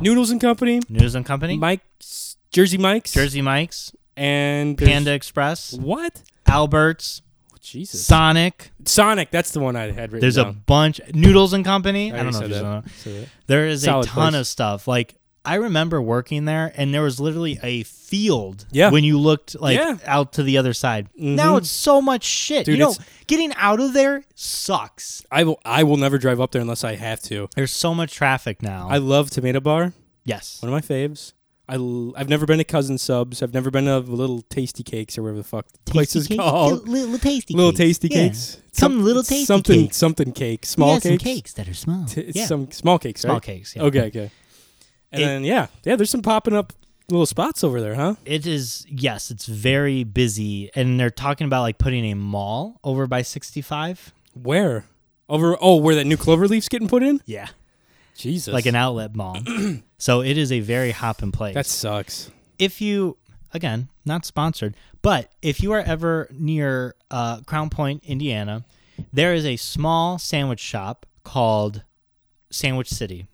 Noodles and Company,
News and Company,
Mike's, Jersey Mike's,
Jersey Mike's,
and there's-
Panda Express,
What?
Alberts,
Jesus.
Sonic.
Sonic. That's the one I had written.
There's a
down.
bunch Noodles and Company. I,
already said
don't know. If you
that.
saw that.
Said that.
There is
Solid
a ton
place.
of stuff. Like I remember working there, and there was literally a field.
Yeah.
When you looked like
Yeah. Mm-hmm.
out to the other side, now it's so much shit.
Dude,
you know,
it's-
getting out of there sucks.
I will. I will never drive up there unless I have to.
There's so much traffic now.
I love Tomato Bar.
yes.
One of my faves. I l- I've never been to Cousin Subs. I've never been to Little Tasty Cakes or whatever the fuck the place is
Tasty cake?
called.
Little, little tasty
Little
cakes.
Tasty
Yeah.
Cakes.
Some Little Tasty
something
Cakes.
something cake.
We
Small
have some
cakes.
cakes that are small.
T- it's
Yeah.
Some small cakes. Right?
Small cakes. Yeah.
Okay. Okay. And
It-
then yeah, yeah. There's some popping up little spots over there, huh?
It is yes, it's very busy, and they're talking about like putting a mall over by 65.
Where? Over. Oh, where that new clover leaf's getting put in?
Yeah.
Jesus.
like an outlet mall. so it is a very hop and place.
That sucks.
if you again not sponsored, but if you are ever near uh, Crown Point, Indiana, there is a small sandwich shop called Sandwich City.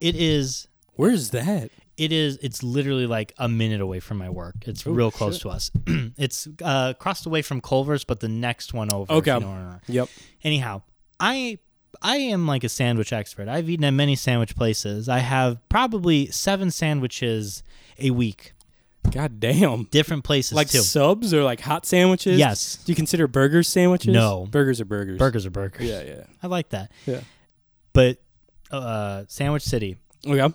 It is
Where is that?
it is it's literally like a minute away from my work.
Oh,
It's real close to us. it's uh, across the way from Culver's, but the next one over. if
Okay.
you know where we are.
Yep.
Anyhow, I I am like a sandwich expert. I've eaten at many sandwich places. I have probably seven sandwiches a week,
God damn.
different places
Like
too.
subs or like hot sandwiches?
Yes.
Do you consider burgers sandwiches?
No.
Burgers are burgers.
burgers are burgers.
Yeah, yeah.
I like that.
Yeah.
But uh, Sandwich City,
Okay.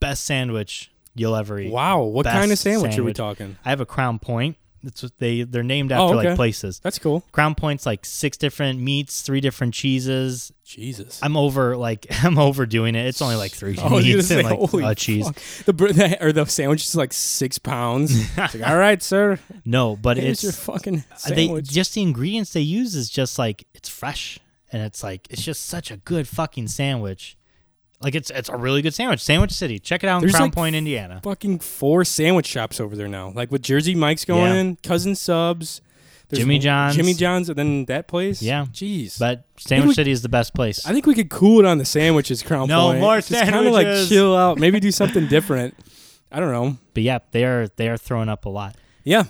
best sandwich you'll ever eat.
Wow. What
Best
kind of sandwich, are we
sandwich.
talking?
I have a Crown Point. That's what they they're named after
Oh, okay.
like places.
That's cool.
Crown Point's like six different meats, three different cheeses.
Jesus.
I'm over like I'm overdoing it. It's only like three
I was Oh, gonna
meats
say,
and like
holy
a cheese.
fuck. The, bur- the or the sandwich is like six pounds. It's like, all right, sir.
No, but
Here's
it's
your fucking
they
sandwich.
just the ingredients they use is just like it's fresh and it's like it's just such a good fucking sandwich. Like it's it's a really good sandwich. Sandwich City, check it out in
There's,
Crown
like,
Point, Indiana.
fucking four sandwich shops over there now. Like with Jersey Mike's going,
Yeah.
in, Cousin Subs, there's
Jimmy
one-
John's.
Jimmy John's, and then that place.
Yeah.
Jeez.
But Sandwich
we-
City is the best place.
I think we could cool it on the sandwiches, Crown
No
Point.
more
Just kind of like
sandwiches.
chill out. Maybe do something different. I don't know.
but yeah, they are they are throwing up a lot.
Yeah.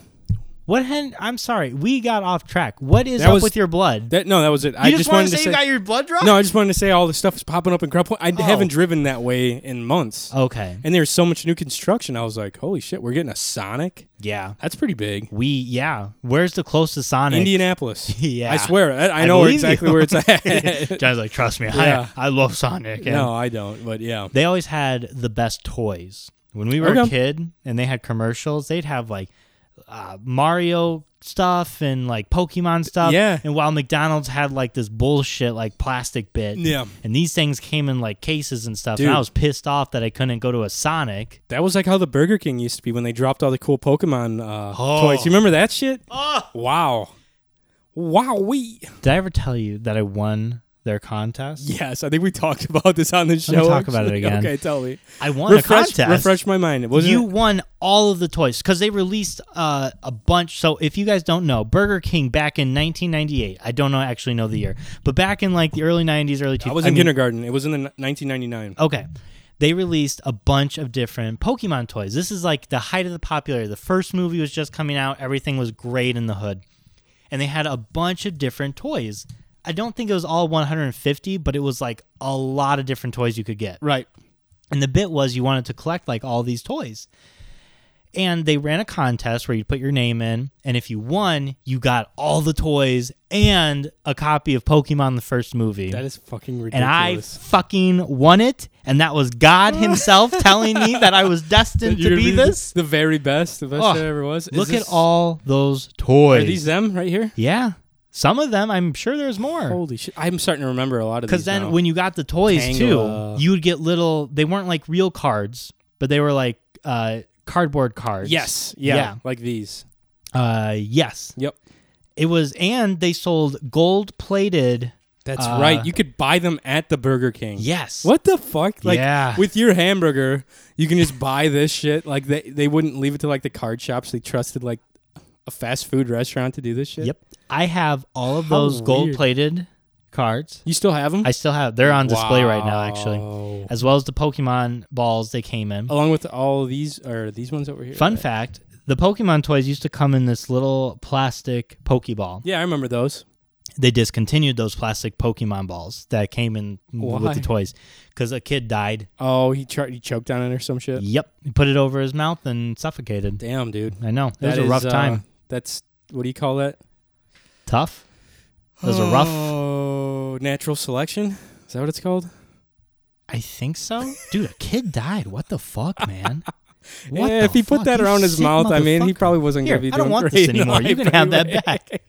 What? Hen- I'm sorry, we got off track. What is
That
up
was-
with your blood?
That no, that was it. I
you
just, wanted to say,
you got your blood drawn?
no. I just wanted to say all the stuff is popping up in Crop Point. I d-
Oh.
haven't driven that way in months,
Okay.
and there's so much new construction. I was like, holy shit, we're getting a Sonic.
Yeah.
That's pretty big.
We yeah. Where's the closest Sonic?
Indianapolis.
Yeah.
I swear. I, I know
believe
exactly
you.
where it's at.
John's like, trust me,
Yeah.
I I love Sonic. And
no, I don't. But yeah,
They always had the best toys. When we were a
Okay.
kid and they had commercials, they'd have like uh, Mario stuff and like Pokemon stuff.
Yeah.
And while McDonald's had like this bullshit like plastic bit.
Yeah.
And these things came in like cases and stuff.
Dude.
And I was pissed off that I couldn't go to a Sonic.
that was like how the Burger King used to be when they dropped all the cool Pokemon uh,
Oh.
toys. You remember that shit?
Oh.
Wow. Wow, we
Did I ever tell you that I won their contest?
yes, I think we talked about this on the show.
me talk about it
actually.
again.
Okay, tell me.
I won
Refresh,
a contest.
refresh my mind. Was
you
you?
won all of the toys because they released uh, a bunch. So if you guys don't know, Burger King back in 1998. I don't know actually know the year, but back in like the early 90s, early 2000s.
I was in kindergarten. It was in the n- 1999.
Okay. They released a bunch of different Pokemon toys. This is like the height of the popularity. The first movie was just coming out, everything was great in the hood. And they had a bunch of different toys. I don't think it was all 150, but it was like a lot of different toys you could get.
Right.
And the bit was you wanted to collect like all these toys. And they ran a contest where you'd put your name in, and if you won, you got all the toys and a copy of Pokemon the first movie.
That is fucking
and I
ridiculous.
fucking won it, and that was God Himself telling me that I was destined to
You're
be
the-
this.
the very best, the best
Oh,
that ever was. Is
Look
this-
at all those
Are
toys.
these them right here?
yeah, some of them. I'm sure there's more.
Holy shit! I'm starting to remember a lot of these.
Because then
now.
when you got the toys
Tangela.
too, you would get little. They weren't like real cards, but they were like uh, cardboard cards.
yes, yeah,
Yeah.
like these.
Uh, yes.
Yep,
It was, and they sold gold plated.
that's
Uh,
right. You could buy them at the Burger King.
Yes.
What the fuck? Like
Yeah.
with your hamburger, you can just buy this shit. Like they, they wouldn't leave it to like the card shops. They trusted like a fast food restaurant to do this shit.
Yep. I have all of those
weird.
gold plated cards.
You still have them?
I still have. They're on display right now, actually, as well as the Pokemon balls they came in.
Along with all these or these ones over here.
Fun
right?
fact: the Pokemon toys used to come in this little plastic Pokeball.
Yeah, I remember those.
they discontinued those plastic Pokemon balls that came in
Why?
with the toys because a kid died.
Oh, he tried. He choked on it or some shit.
Yep, he put it over his mouth and suffocated.
Damn, dude.
I know it
That
was a
is,
rough
uh,
time.
That's what do you call that?
Tough. It was a rough.
Oh, natural selection. Is that what it's called?
I think so, dude. A kid died. What the fuck, man? What
yeah,
the
if he put
fuck,
that
you
around his
sick
mouth, I mean, he
motherfucker.
probably wasn't
Here,
gonna be
I don't
doing
want
great
this
in
anymore. You
life
can have that
anyway.
back.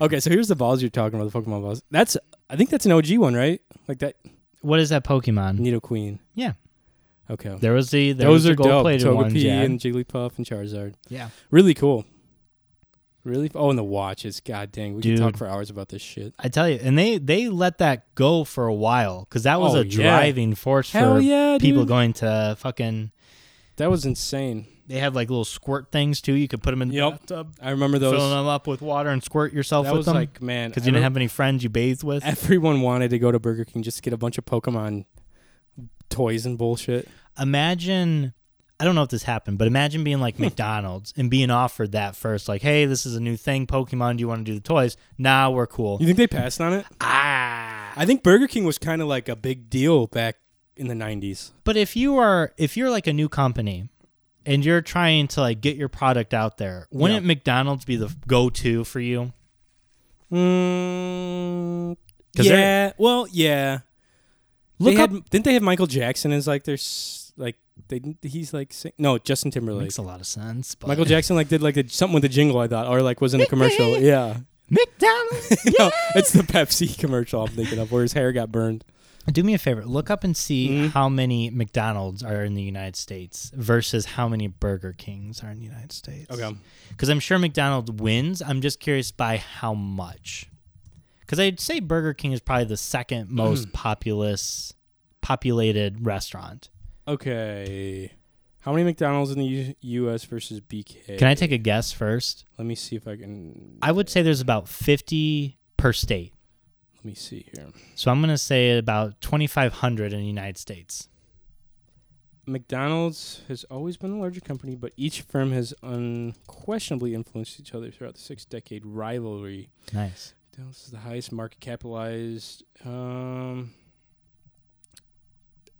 Okay, so here's the balls you're talking about, the Pokemon balls. That's I think that's an OG one, right? Like that
What is that Pokemon?
Nido Queen.
Hmm. Yeah,
Okay.
there was the there was
Those
the
are dope.
gold-plated
Togepi
ones. Yeah.
and Jigglypuff and Charizard.
yeah,
Really cool. Really f- oh and the watches. God dang, we
Dude.
can talk for hours about this shit.
I tell you, and they they let that go for a while because that was
Oh,
a
yeah.
driving force
Hell
for
yeah,
people
dude.
going to fucking
That was insane.
They had like little squirt things too. You could put them in the
Yep.
bathtub,
I remember
fill
those.
them up with water, and squirt yourself
That
with
was
them.
like man,
because you didn't
every-
have any friends you bathed with.
everyone wanted to go to Burger King just to get a bunch of Pokemon toys and bullshit.
Imagine, I don't know if this happened, but imagine being like McDonald's and being offered that first, like, "Hey, this is a new thing, Pokemon. Do you want to do the toys?" Nah, we're cool.
You think they passed on it?
ah,
I think Burger King was kind of like a big deal back in the 90s.
but if you are, if you're like a new company. And you're trying to like get your product out there. Wouldn't McDonald's be the go-to for you?
Mm,
'Cause
yeah. Well, yeah.
Look
they
up.
had, didn't they have Michael Jackson as like their s- like they he's like sing, no Justin Timberlake.
makes a lot of sense. But
Michael Jackson like did like a, something with the jingle I thought or like was in a commercial. yeah.
McDonald's.
No, it's the Pepsi commercial I'm thinking of where his hair got burned.
Do me a favor, look up and see
Mm-hmm.
how many McDonald's are in the United States versus how many Burger Kings are in the United States.
Okay.
Because I'm sure McDonald's wins. I'm just curious by how much. Because I'd say Burger King is probably the second
Mm-hmm.
most populous, populated restaurant.
Okay. How many McDonald's in the U- US versus BK?
Can I take a guess first?
Let me see if I can
I would say there's about 50 per state.
Let me see here.
So I'm going to say about 2,500 in the United States.
McDonald's has always been a larger company, but each firm has unquestionably influenced each other throughout the six decade rivalry.
Nice.
McDonald's is the highest market capitalized. Um,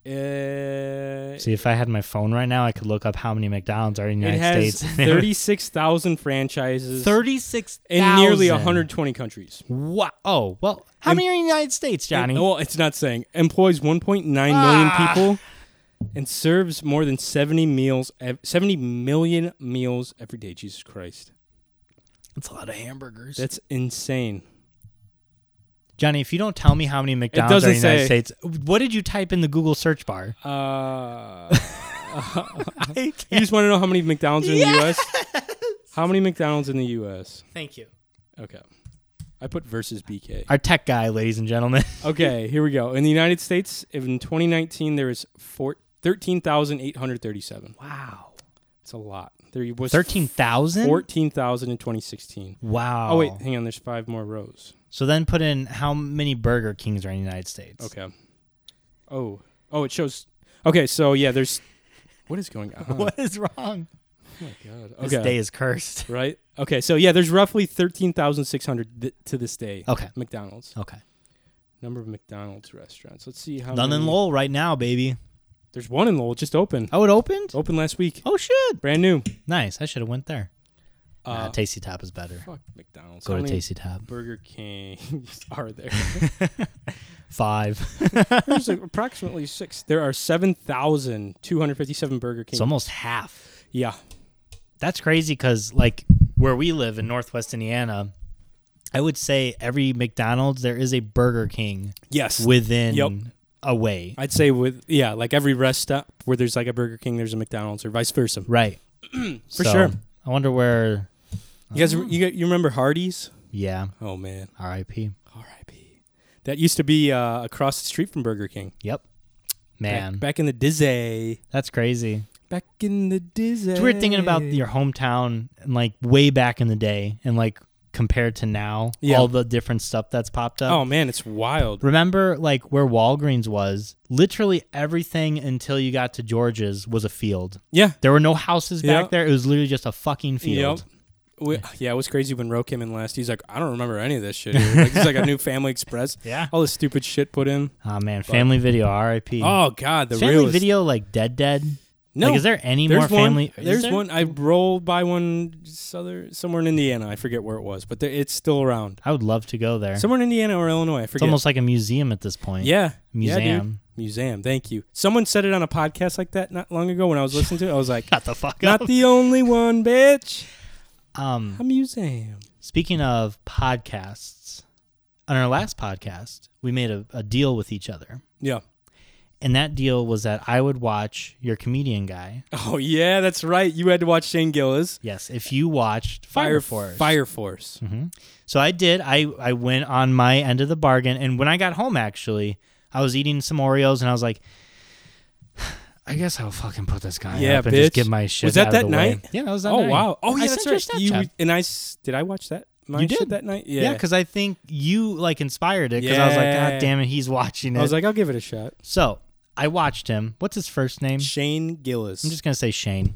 uh,
See, if I had my phone right now, I could look up how many McDonald's are in the
it
United
has
States.
36,000 franchises
36
in nearly 120 countries.
Wow. Oh, well, how
And-
many are in the United States, Johnny?
And- well, it's not saying. Employs 1.9 million
Ah.
people and serves more than 70 meals, ev- 70 million meals every day. Jesus Christ.
It's a lot of hamburgers.
That's insane.
Johnny, if you don't tell me how many McDonald's
doesn't
are in the United
say.
States, what did you type in the Google search bar?
Uh,
I
you just want to know how many McDonald's are in the
Yes!
U.S.? How many McDonald's in the U.S.?
Thank you.
Okay. I put versus BK.
Our tech guy, ladies and gentlemen.
Okay, here we go. In the United States, in 2019, there is four- 13,837.
Wow.
It's a lot. There was
13,000?
14,000 in 2016.
Wow.
Oh, wait, hang on. There's five more rows.
So then put in how many Burger Kings are in the United States.
Okay. Oh, oh, it shows. Okay, so yeah, there's. What is going on?
What is wrong?
Oh my god.
This
Okay.
day is cursed.
Right. Okay. So yeah, there's roughly thirteen thousand six hundred th- to this day.
Okay.
McDonald's
Okay.
number of McDonald's restaurants. Let's see how.
None in
many-
Lowell right now, baby.
There's one in Lowell. Just opened.
Oh, it opened?
Opened last week.
Oh, shit.
Brand new.
Nice. I should have went there.
Uh,
nah, Tasty Top is better.
fuck McDonald's.
Go
How
to
many
Tasty Top.
Burger Kings are there?
Five.
There's approximately six. There are seven thousand two hundred fifty-seven Burger Kings.
It's almost half.
yeah.
that's crazy because like where we live in northwest indiana i would say every mcdonald's there is a burger king
Yes.
within
Yep.
a way
I'd say with yeah, like every rest stop where there's like a Burger King, there's a McDonald's or vice versa.
right
For sure.
i wonder where
You guys,
Oh.
you got- you remember Hardee's?
yeah
Oh man,
rip
R.I.P. That used to be uh, across the street from Burger King.
yep
Back-
man
back, in the dizzy.
that's crazy
Back in the dizzy.
it's weird thinking about your hometown and like way back in the day and like compared to now
Yeah.
all the different stuff that's popped up
Oh man, it's wild.
Remember, like where Walgreens was, literally everything until you got to George's was a field.
Yeah.
There were no houses back
Yep.
there. It was literally just a fucking field.
Yep. We, yeah, it was crazy when Roe came in last. He's like, I don't remember any of this shit. Here. Like, it's like a new Family Express.
Yeah.
All this stupid shit put in.
Oh man, family video, R.I.P.
Oh god, the
Is family
realest-
video like dead dead.
No,
Like, is there any
There's
more family?
One,
is
there's
there?
one. I rolled by one southern, somewhere in Indiana. I forget where it was, but there, it's still around.
I would love to go there.
Somewhere in Indiana or Illinois. I
it's
forget.
almost like a museum at this point.
yeah,
museum.
Yeah, dude. Museum. Thank you. Someone said it on a podcast like that not long ago when I was listening to it. I was like,
Shut the fuck
"Not
up.
the only one, bitch.
um,
A museum."
speaking of podcasts, on our last podcast, we made a, a deal with each other.
Yeah.
and that deal was that I would watch your comedian guy.
Oh yeah, that's right. You had to watch Shane Gillis.
Yes, if you watched Fire, Force.
Fire Force.
hmm So I did. I I went on my end of the bargain, and when I got home, actually, I was eating some Oreos, and I was like, I guess I'll fucking put this guy
Yeah,
up and just
bitch.
get my shit.
Was that
out of
that
the way.
night?
Yeah, that was that
Oh
night.
wow. Oh yeah,
I
that's right.
sent you a
You
Snapchat.
and I s- did I watch that? My
You
shit
did.
that night.
yeah,
Yeah.
because I think you like inspired it because I was like,
Yeah.
God damn it, he's watching it.
I was like, I'll give it a shot.
so I watched him. What's his first name?
Shane Gillis.
Mm. I'm just gonna say Shane.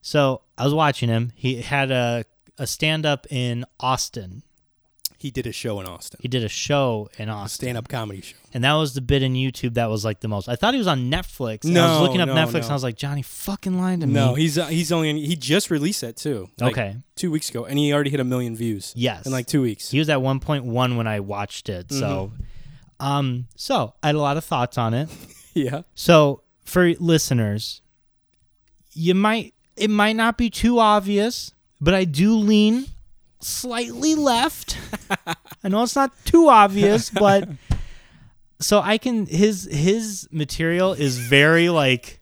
So I was watching him. He had a a stand up in Austin.
he did a show in Austin.
He did a show in Austin,
Stand up comedy show.
and that was the bit in YouTube that was like the most. I thought he was on Netflix. and I
No,
was looking up
no,
Netflix,
no.
and I was like, Johnny fucking lying to
No,
me.
he's uh, he's only he just released that too. like,
okay.
two weeks ago, and he already hit a million views
Yes.
in like two weeks.
he was at 1.1 when I watched it. So,
Mm-hmm.
um, so I had a lot of thoughts on it.
Yeah,
So for listeners, you might it might not be too obvious, but I do lean slightly left. I know it's not too obvious, but so I can his his material is very like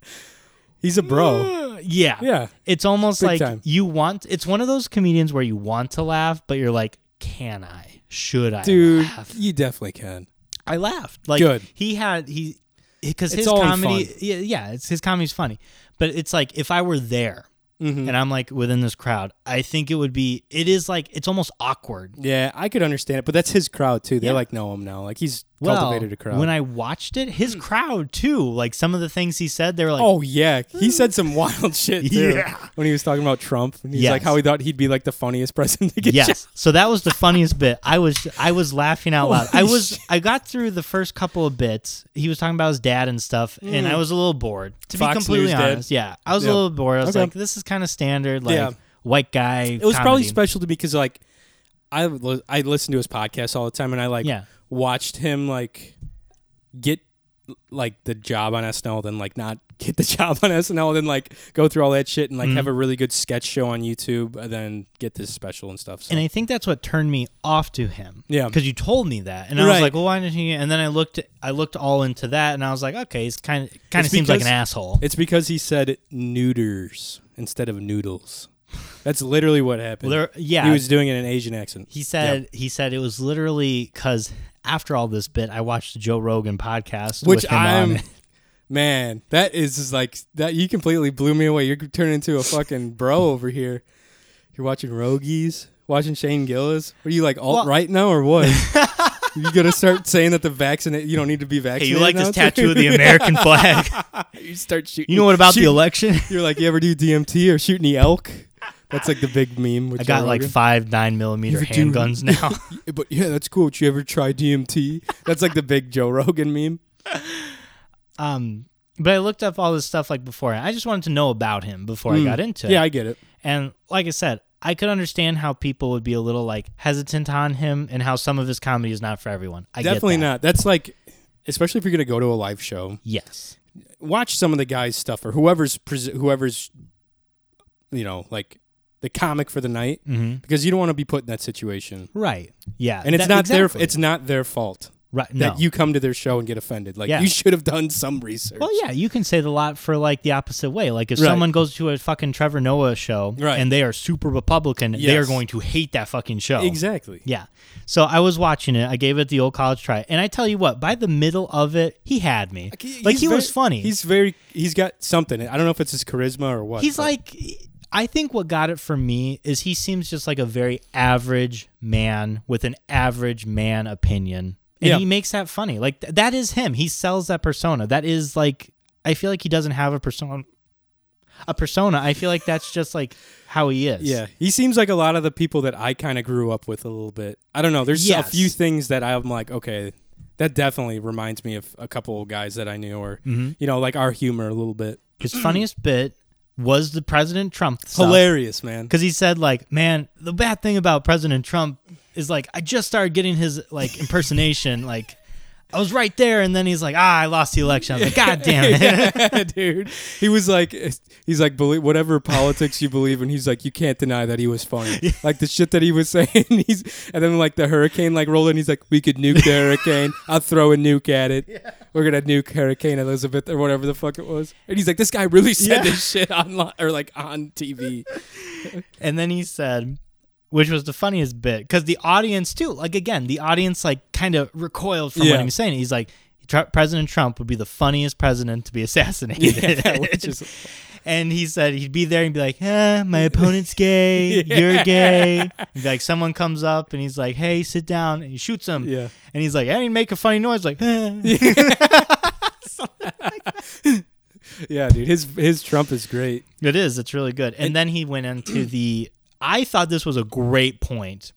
he's a bro.
yeah.
Oh. Yeah,
It's almost
Big
like
time.
you want it's one of those comedians where you want to laugh, but you're like, can I? Should I
dude,
laugh?
you definitely can.
I laughed. Like
Good.
he had he because
It's
his
all in
comedy
fun.
yeah, yeah, it's his comedy's funny. But it's like if I were there
Mhm.
and I'm like within this crowd, I think it would be it is like it's almost awkward.
Yeah, I could understand it, but that's his crowd too. They
Yeah.
like know him now. Like he's
well,
Cultivated a crowd. Hmm.
When I watched it, his crowd too. Like some of the things he said, they were like,
Oh yeah, he said some wild shit too
Yeah.
when he was talking about Trump. And he's
Yes.
like how he thought he'd be like the funniest president to get shot.
yes. So that was the funniest bit. I was I was laughing out loud. I
Holy
was I got through the first couple of bits. He was talking about his dad and stuff, and I was a little bored. To
Mm. Fox
be completely
News did.
honest, yeah, I was
Yeah.
a little bored. I was
Okay.
like, this is kind of standard, like
Yeah.
white guy.
It was probably special to me because like I li- I listen to his podcast all the time and I like
Yeah.
watched him like get like the job on SNL then like not get the job on SNL then like go through all that shit and like
Mm-hmm.
have a really good sketch show on YouTube and then get this special and stuff. So.
and I think that's what turned me off to him.
Yeah.
because you told me that, and I
Right.
was like, well, why didn't he? And then I looked, I looked all into that, and I was like, okay, he's kind of kind of
It's
seems like an
because-
asshole.
it's because he said neuters instead of noodles. That's literally what happened.
Well, there- yeah.
he was doing it in an Asian accent.
He said he said it was literally because after all this bit, I watched the Joe Rogan podcast,
Which
with him on
I'm,
it.
man, that is just like that. You completely blew me away. You're turning into a fucking bro over here. You're watching Rogies, watching Shane Gillis. Are you like alt right now or what? you gonna start saying that the vaccinate you don't need to be
Hey,
vaccinated?
you like
now
this
too?
tattoo of the American flag?
you start shooting.
You know what about the
shoot-
election?
You're like you ever do DMT or shooting the elk? That's like the big meme. With
I got
Joe
like
Rogan.
five nine millimeter
You do-
handguns now.
Yeah, But yeah, that's cool. Did you ever try DMT? That's like the big Joe Rogan meme.
um, but I looked up all this stuff like before. I just wanted to know about him before I got into it.
Mm. Yeah, I get it.
And like I said, I could understand how people would be a little like hesitant on him and how some of his comedy is not for everyone. I get
Definitely
that.
not. That's like, especially if you're gonna go to a live show,
Yes.
watch some of the guys' stuff or whoever's pres whoever's, you know, like the comic for the night,
Mm-hmm.
because you don't want to be put in that situation.
Right. Yeah.
And it's
That-
not
exactly.
their it's not their fault
right. No.
that you come to their show and get offended. Like
Yeah.
you should have done some research.
Well, yeah, you can say the lot for like the opposite way. Like if
Right.
someone goes to a fucking Trevor Noah show
Right.
and they are super Republican, they are
Yes.
going to hate that fucking show.
exactly.
Yeah. So I was watching it. I gave it the old college try, and I tell you what, by the middle of it, he had me. like
He's
he
very-
was funny.
He's very he's got something. I don't know if it's his charisma or what.
He's
but-
like, I think what got it for me is he seems just like a very average man with an average man opinion. And
Yeah.
he makes that funny. Like, th- that is him. He sells that persona. That is like, I feel like he doesn't have a persona. A persona. I feel like that's just like how he is.
Yeah, he seems like a lot of the people that I kind of grew up with a little bit. I don't know. There's a
Yes.
few things that I'm like, okay, that definitely reminds me of a couple of guys that I knew, or you know, like our humor a little bit.
His funniest bit was the President Trump stuff.
Hilarious, man.
because he said like man the bad thing about president trump is like i just started getting his like impersonation like i was right there and then he's like ah i lost the election i was like god damn it
Yeah, dude. He was like, he's like, believe whatever politics you believe in. He's like, you can't deny that he was funny. Like the shit that he was saying. He's and then like the hurricane like rolled in. He's like, we could nuke the hurricane. I'll throw a nuke at it. We're gonna nuke Hurricane Elizabeth or whatever the fuck it was. And he's like, this guy really said
Yeah.
this shit online or like on TV.
and then he said which was the funniest bit because the audience too like again the audience like kind of recoiled from
Yeah.
what he was saying he's like Tr- president trump would be the funniest president to be assassinated
Yeah, which is-
and he said he'd be there and be like eh, my opponent's gay you're gay And like someone comes up and he's like hey sit down and he shoots him
Yeah.
and he's like i didn't make a funny noise like eh.
yeah, dude. His his Trump is great.
It is. It's really good. And then he went into the. I thought this was a great point,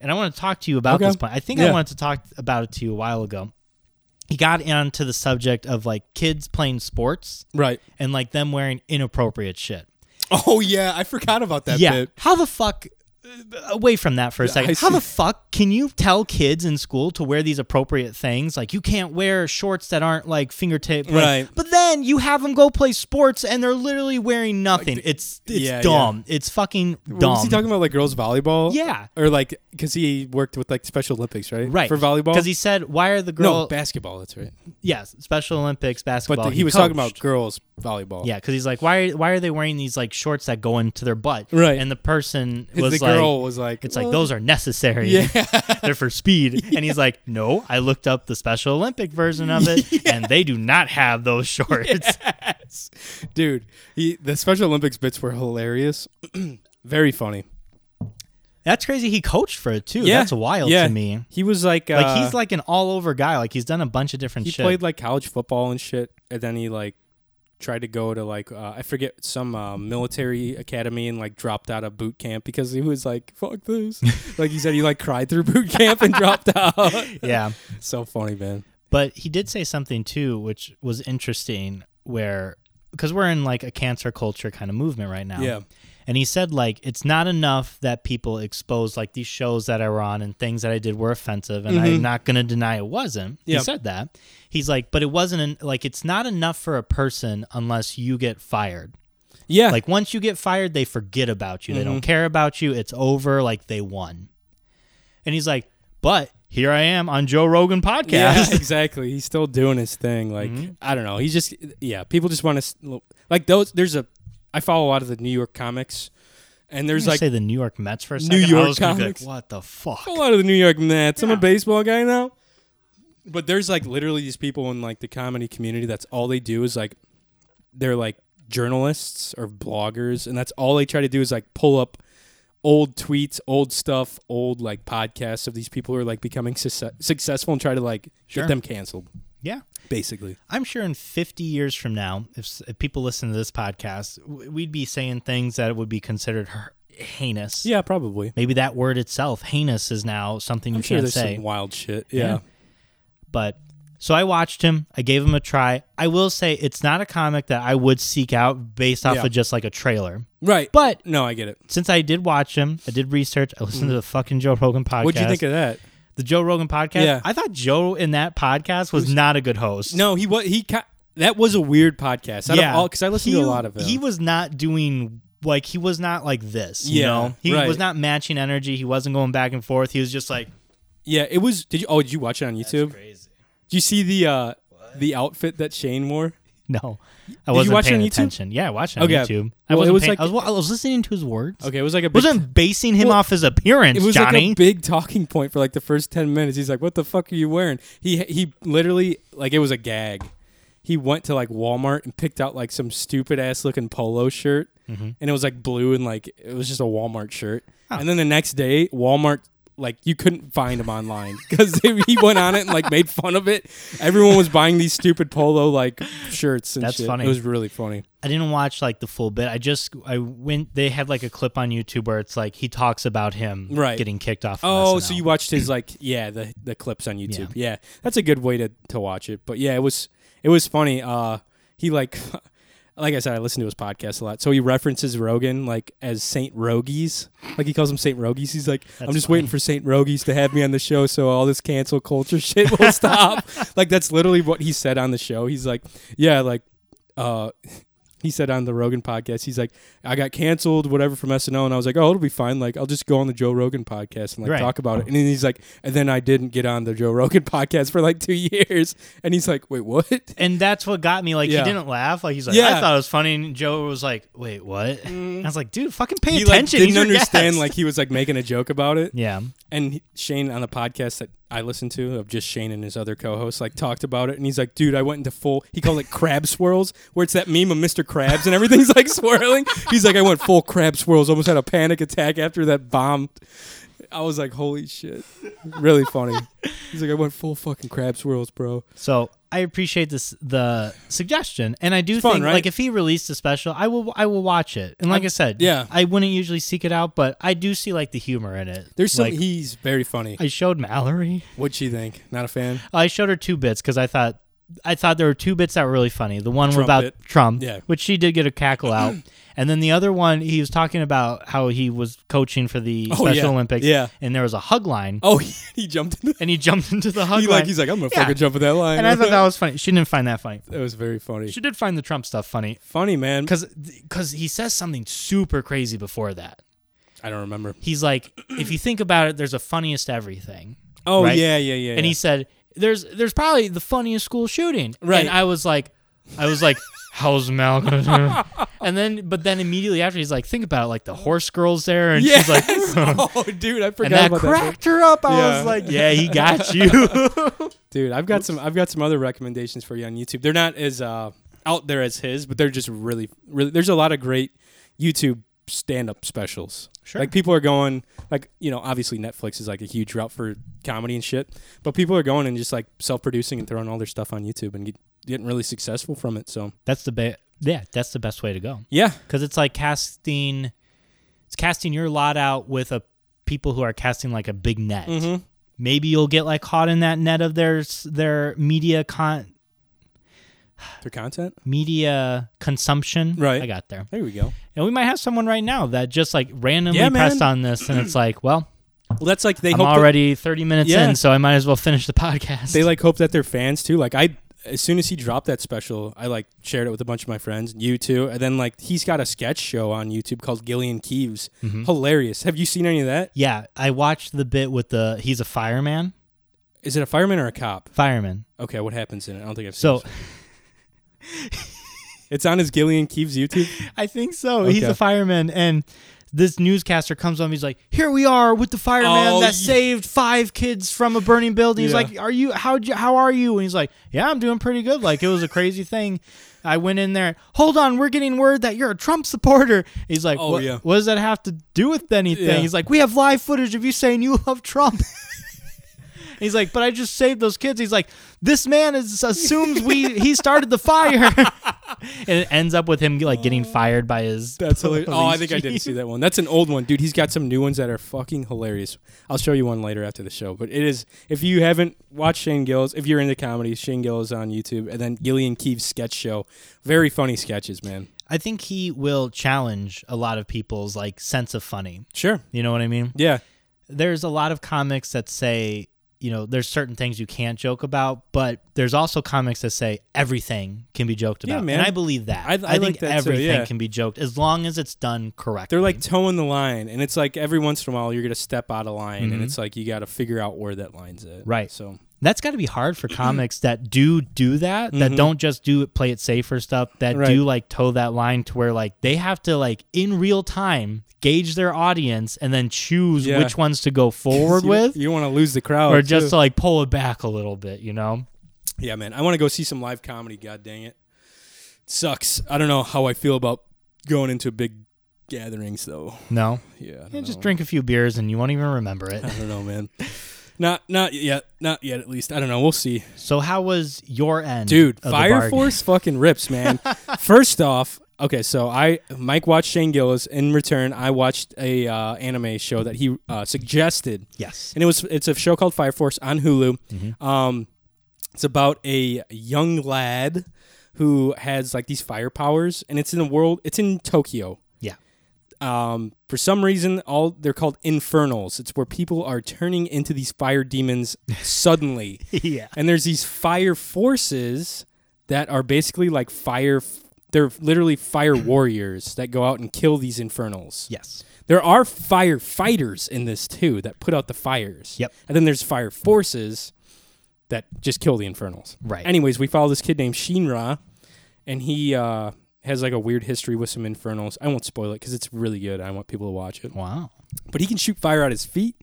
and I want to talk to you about
Okay.
this point. I think
Yeah.
I wanted to talk about it to you a while ago. He got into the subject of like kids playing sports
Right.
and like them wearing inappropriate shit.
Oh yeah, I forgot about that
yeah.
bit.
How the fuck? uh, Away from that for a second.
I
How
see.
the fuck can you tell kids in school to wear these appropriate things? Like you can't wear shorts that aren't like fingertip length.
Right.
But then you have them go play sports and they're literally wearing nothing. it's it's
yeah, yeah.
dumb. It's fucking
What Was
dumb.
he talking about like girls volleyball?
Yeah.
or like because he worked with like Special Olympics, right?
right
for volleyball.
Because he said, "Why are the girl?"
no basketball. That's right.
yes, Special Olympics
But
basketball.
the- he, was talking
coached.
about girls volleyball.
Yeah, because he's like, why? Why are they wearing these like shorts that go into their butt?
Right.
And the person
'Cause
was
the
like,
girl was like,
It's like
"Well,
those are necessary. They're for speed. And he's like, "No, I looked up the Special Olympic version of it and they do not have those shorts."
dude. He, the Special Olympics bits were hilarious, very funny.
That's crazy. He coached for it too.
Yeah,
That's wild
yeah.
to me.
He was like, uh,
Like he's like an all over guy. Like he's done a bunch of different
he
shit.
played like college football and shit, and then he like tried to go to like uh, I forget some uh, military academy and like dropped out of boot camp because he was like fuck this. like he said, he like cried through boot camp and dropped out.
yeah.
so funny, man.
But he did say something too, which was interesting, where because we're in like a cancer culture kind of movement right now.
Yeah.
And he said like it's not enough that people expose like these shows that I were on and things that I did were offensive, and
Mm-hmm.
I'm not gonna deny it wasn't.
Yeah.
He said that. He's like, but it wasn't en- like it's not enough for a person unless you get fired.
Yeah,
Like once you get fired, they forget about you. They
Mm-hmm.
don't care about you. It's over. Like they won. And he's like, but here I am on Joe Rogan podcast.
yeah, exactly. He's still doing his thing. Like
Mm-hmm.
I don't know. He's just yeah. People just want to like those. There's a I follow a lot of the New York comics, and there's
gonna
like
say the New York Mets for a
New
second. I
York
was gonna be
comics.
Like, what the fuck?
a lot of the New York Mets. I'm a
Yeah.
baseball guy now. But there's like literally these people in like the comedy community that's all they do is like they're like journalists or bloggers and that's all they try to do is like pull up old tweets, old stuff, old like podcasts of these people who are like becoming success successful and try to like
Sure.
get them canceled
Yeah,
basically.
I'm sure in 50 years from now, if, s- if people listen to this podcast, w- we'd be saying things that would be considered h- heinous.
Yeah, probably.
Maybe that word itself, heinous, is now something you
I'm sure
can't
there's
say.
some wild shit.
Yeah.
Yeah.
but so I watched him. I gave him a try. I will say it's not a comic that I would seek out based off
Yeah.
of just like a trailer.
Right. But
But
no, I get it.
since I did watch him, I did research. I listened to the fucking Joe Rogan podcast.
Mm. What'd you think of that?
the Joe Rogan podcast?
Yeah.
I thought Joe in that podcast was not a good host.
No, he was he ca- that was a weird podcast. Out of all cuz I listened
He-
to a lot of it.
He was not doing like he was not like this. You
Yeah,
know, he
right.
was not matching energy. He wasn't going back and forth. He was just like
Yeah, it was. Did you? Oh, did you watch it on YouTube? Did
crazy.
you see the uh the outfit that Shane wore?
No, I wasn't
watch it
paying
on YouTube?
attention. Yeah, I watched it on
Okay.
YouTube. I
Well, it
wasn't.
was
paying-
like-
I, was, wa- I was listening to his words.
Okay, it was like a
I
big,
wasn't basing him
Well,
off his appearance,
it was
Johnny.
like a big talking point for like the first ten minutes. He's like, "What the fuck are you wearing?" He he literally like it was a gag. He went to like Walmart and picked out like some stupid ass looking polo shirt,
Mm-hmm.
and it was like blue and like it was just a Walmart shirt.
Oh.
And then the next day, Walmart like you couldn't find him online because he went on it and like made fun of it. Everyone was buying these stupid polo like shirts and
That's
shit.
funny.
It was really funny.
I didn't watch like the full bit. I just I went. They had like a clip on YouTube where it's like he talks about him
Right.
getting kicked off. of
Oh, so
SNL.
you watched his like yeah the the clips on YouTube. Yeah. that's a good way to to watch it. But yeah, it was it was funny. Uh, he like like I said, I listen to his podcast a lot. So he references Rogan like as Saint Rogies. Like he calls him Saint Rogies. He's like, I'm just waiting for Saint Rogies to have me on the show, so all this cancel culture shit will stop. like that's literally what he said on the show. He's like, yeah, like uh, he said on the Rogan podcast, he's like, I got canceled, whatever, from SNL, and I was like, oh, it'll be fine. Like, I'll just go on the Joe Rogan podcast and like
Right.
talk about it. And then he's like, and then I didn't get on the Joe Rogan podcast for like two years. And he's like, wait, what?
and that's what got me. Like
Yeah.
he didn't laugh. Like he's like,
Yeah. Mm.
I thought it was funny. And Joe was like, Wait, what? I was like, Dude, fucking pay
He like
attention.
didn't
He's your
understand.
guest."
Like he was like making a joke about it.
yeah,
And he- Shane on the podcast that I listened to of just Shane and his other co-hosts like talked about it. And he's like, dude, I went into full. He called it crab swirls, where it's that meme of Mr. Krabs and everything's like swirling. He's like, I went full crab swirls. Almost had a panic attack after that bomb. I was like, holy shit, really funny. He's like, I went full fucking crab swirls, bro.
so I appreciate this the suggestion, and I do
fun,
think
right?
like if he released a special, I will I will watch it. And like i said,
yeah.
I wouldn't usually seek it out, but I do see like the humor in it.
There's some.
Like,
he's very funny.
I showed Mallory.
What'd she think? Not a fan.
I showed her two bits because I thought I thought there were two bits that were really funny. The one were
Trump
about
bit.
Trump,
Yeah.
which she did get a cackle out, and then the other one he was talking about how he was coaching for the
Oh,
Special
yeah.
Olympics,
Yeah.
and there was a hug line,
Oh, he, he jumped. In the,
and he jumped into the hug
he
line.
like he's like, I'm gonna
Yeah.
fucking jump in that line.
and I thought that was funny. She didn't find that funny.
that was very funny.
She did find the Trump stuff funny
Funny man.
because because he says something super crazy before that.
I don't remember.
He's like, if you think about it, there's a funniest to everything.
Oh
Right?
yeah, yeah, yeah.
and
yeah.
he said, "There's there's probably the funniest school shooting."
Right.
And I was like, I was like, "How's Malcolm?" and then, but then immediately after, he's like, "Think about it, like the horse girls there," and she's like,
oh, dude, I forgot
and that
about that.
cracked her up. I
Yeah.
was like, "Yeah, he got you."
Dude, I've got some. I've got some other recommendations for you on YouTube. They're not as uh, out there as his, but they're just really, really. There's a lot of great YouTube stand-up specials.
Sure.
Like people are going, like you know, obviously Netflix is like a huge route for comedy and shit, but people are going and just like self-producing and throwing all their stuff on YouTube and get, getting really successful from it. So
That's the be- yeah, that's the best way to go.
yeah,
because it's like casting it's casting your lot out with a people who are casting like a big net
Mm-hmm.
maybe you'll get like caught in that net of their s- their media con
their content.
media consumption
Right.
i got there
There we go.
and we might have someone right now that just like randomly
Yeah, man.
pressed on this and it's like well
Well, that's like they
i'm
hope that-
already 30 minutes
Yeah.
in so i might as well finish the podcast
they like hope that they're fans too. Like I, as soon as he dropped that special, I like shared it with a bunch of my friends, you too, and then like he's got a sketch show on YouTube called Gillian Keeves. Hilarious. Have you seen any of that?
yeah i watched the bit with the he's a fireman
Is it a fireman or a cop?
fireman
Okay, what happens in it? I don't think I've seen.
so
it. it's on his Gillian Keeves YouTube.
I think so. He's
Okay.
a fireman, and this newscaster comes on. He's like, "Here we are with the fireman
Oh,
that
ye-
saved five kids from a burning building." He's
Yeah.
like, "Are you? How you? How are you?" And he's like, "Yeah, I'm doing pretty good. Like it was a crazy thing. I went in there. Hold on, we're getting word that you're a Trump supporter." He's like,
Oh,
"What-
yeah.
What does that have to do with anything?"
Yeah.
He's like, "We have live footage of you saying you love Trump." He's like, but I just saved those kids. He's like, this man is assumes we he started the fire, and it ends up with him like getting fired by his.
That's hilarious. Oh, I think I didn't
police
see
chief.
that one. That's an old one, dude. He's got some new ones that are fucking hilarious. I'll show you one later after the show. But it is if you haven't watched Shane Gillis, if you're into comedy, Shane Gillis on YouTube, and then Gillian Keeves sketch show. Very funny sketches, man.
I think he will challenge a lot of people's like sense of funny.
Sure.
You know what I mean?
Yeah.
There's a lot of comics that say, you know, there's certain things you can't joke about, but there's also comics that say everything can be joked
Yeah,
about.
man.
And I believe that.
I-
I,
I like
think
that too,
everything
yeah.
can be joked as long as it's done correctly.
They're like
Mm-hmm.
towing the line, and it's like every once in a while you're gonna step out of line, and it's like you got to figure out where that line's at.
Mm-hmm. Right.
So
that's got to be hard for comics that do do that that don't just do it play it safer stuff that
Mm-hmm. Right.
do like toe that line to where like they have to like in real time gauge their audience and then choose
Yeah.
which ones to go forward
you,
with
you want to lose the crowd,
or just
too.
to like pull it back a little bit you know
yeah, man. I want to go see some live comedy. God dang it, sucks. I don't know how I feel about going into big gatherings though.
no
Yeah, I don't
Yeah, just
know.
drink a few beers and you won't even remember it
I don't know, man. Not not yet, not yet. At least I don't know. We'll see,
so how was your end
dude.
of the
Fire
bargain?
Force fucking rips, man. First off, okay, so I Mike watched Shane Gillis. In return, I watched a uh, anime show that he uh, suggested.
yes
and it was it's a show called Fire Force on Hulu.
Mm-hmm.
Um, it's about a young lad who has like these fire powers, and it's in the world. It's in Tokyo.
yeah
Um, for some reason, all they're called infernals. It's where people are turning into these fire demons suddenly,
yeah
and there's these fire forces that are basically like fire. They're literally fire warriors that go out and kill these infernals.
yes
There are firefighters in this too that put out the fires.
Yep.
And then there's fire forces that just kill the infernals.
Right.
Anyways, we follow this kid named Shinra, and he uh, has like a weird history with some infernals. I won't spoil it because it's really good. I want people to watch it.
wow
But he can shoot fire out his feet.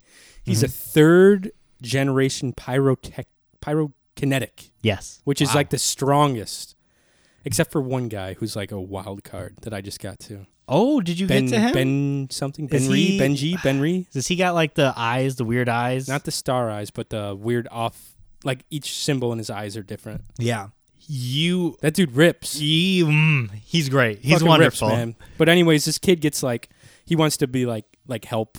He's a
Mm-hmm.
third generation pyrotech pyrokinetic,
yes
which is
Wow.
like the strongest. Except for one guy who's like a wild card that I just got to.
oh did you
Ben
get to him
Ben something
Is
Benry
he-
Benji Benry.
does he got like the eyes the weird eyes
Not the star eyes, but the weird off. Like each symbol in his eyes are different.
Yeah. You.
That dude rips.
He, mm, he's great. He's
Fucking
wonderful.
rips, man. But anyways, this kid gets like he wants to be like like help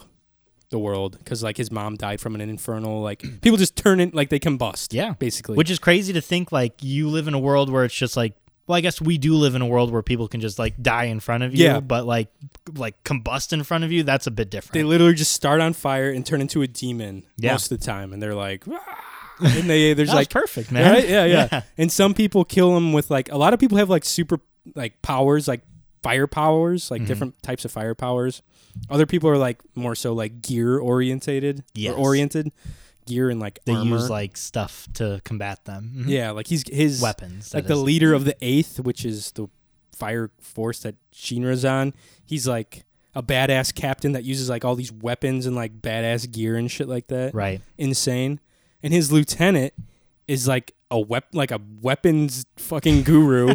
the world because like his mom died from an infernal. Like people just turn in like they combust.
Yeah.
basically.
Which is crazy to think like you live in a world where it's just like well, I guess we do live in a world where people can just like die in front of you,
Yeah.
but like like combust in front of you, that's a bit
they
different.
literally just start on fire and turn into a demon
Yeah.
most of the time, and they're like, "Ah," and they there's
That was
like
perfect, man.
Right? Yeah, yeah, And some people kill them with like a lot of people have like super like powers, like fire powers,
Mm-hmm.
like different types of fire powers. Other people are like more so like gear orientated
Yes.
or oriented, gear and like
They
armor.
use like stuff to combat them. Mhm.
yeah, like he's his
Weapons. that
like the
is. Mm-hmm.
leader of the Eighth, which is the fire force that Shinra's on. He's like a badass captain that uses like all these weapons and like badass gear and shit like that
Right.
insane. And his lieutenant is like a wep- like a weapons fucking guru.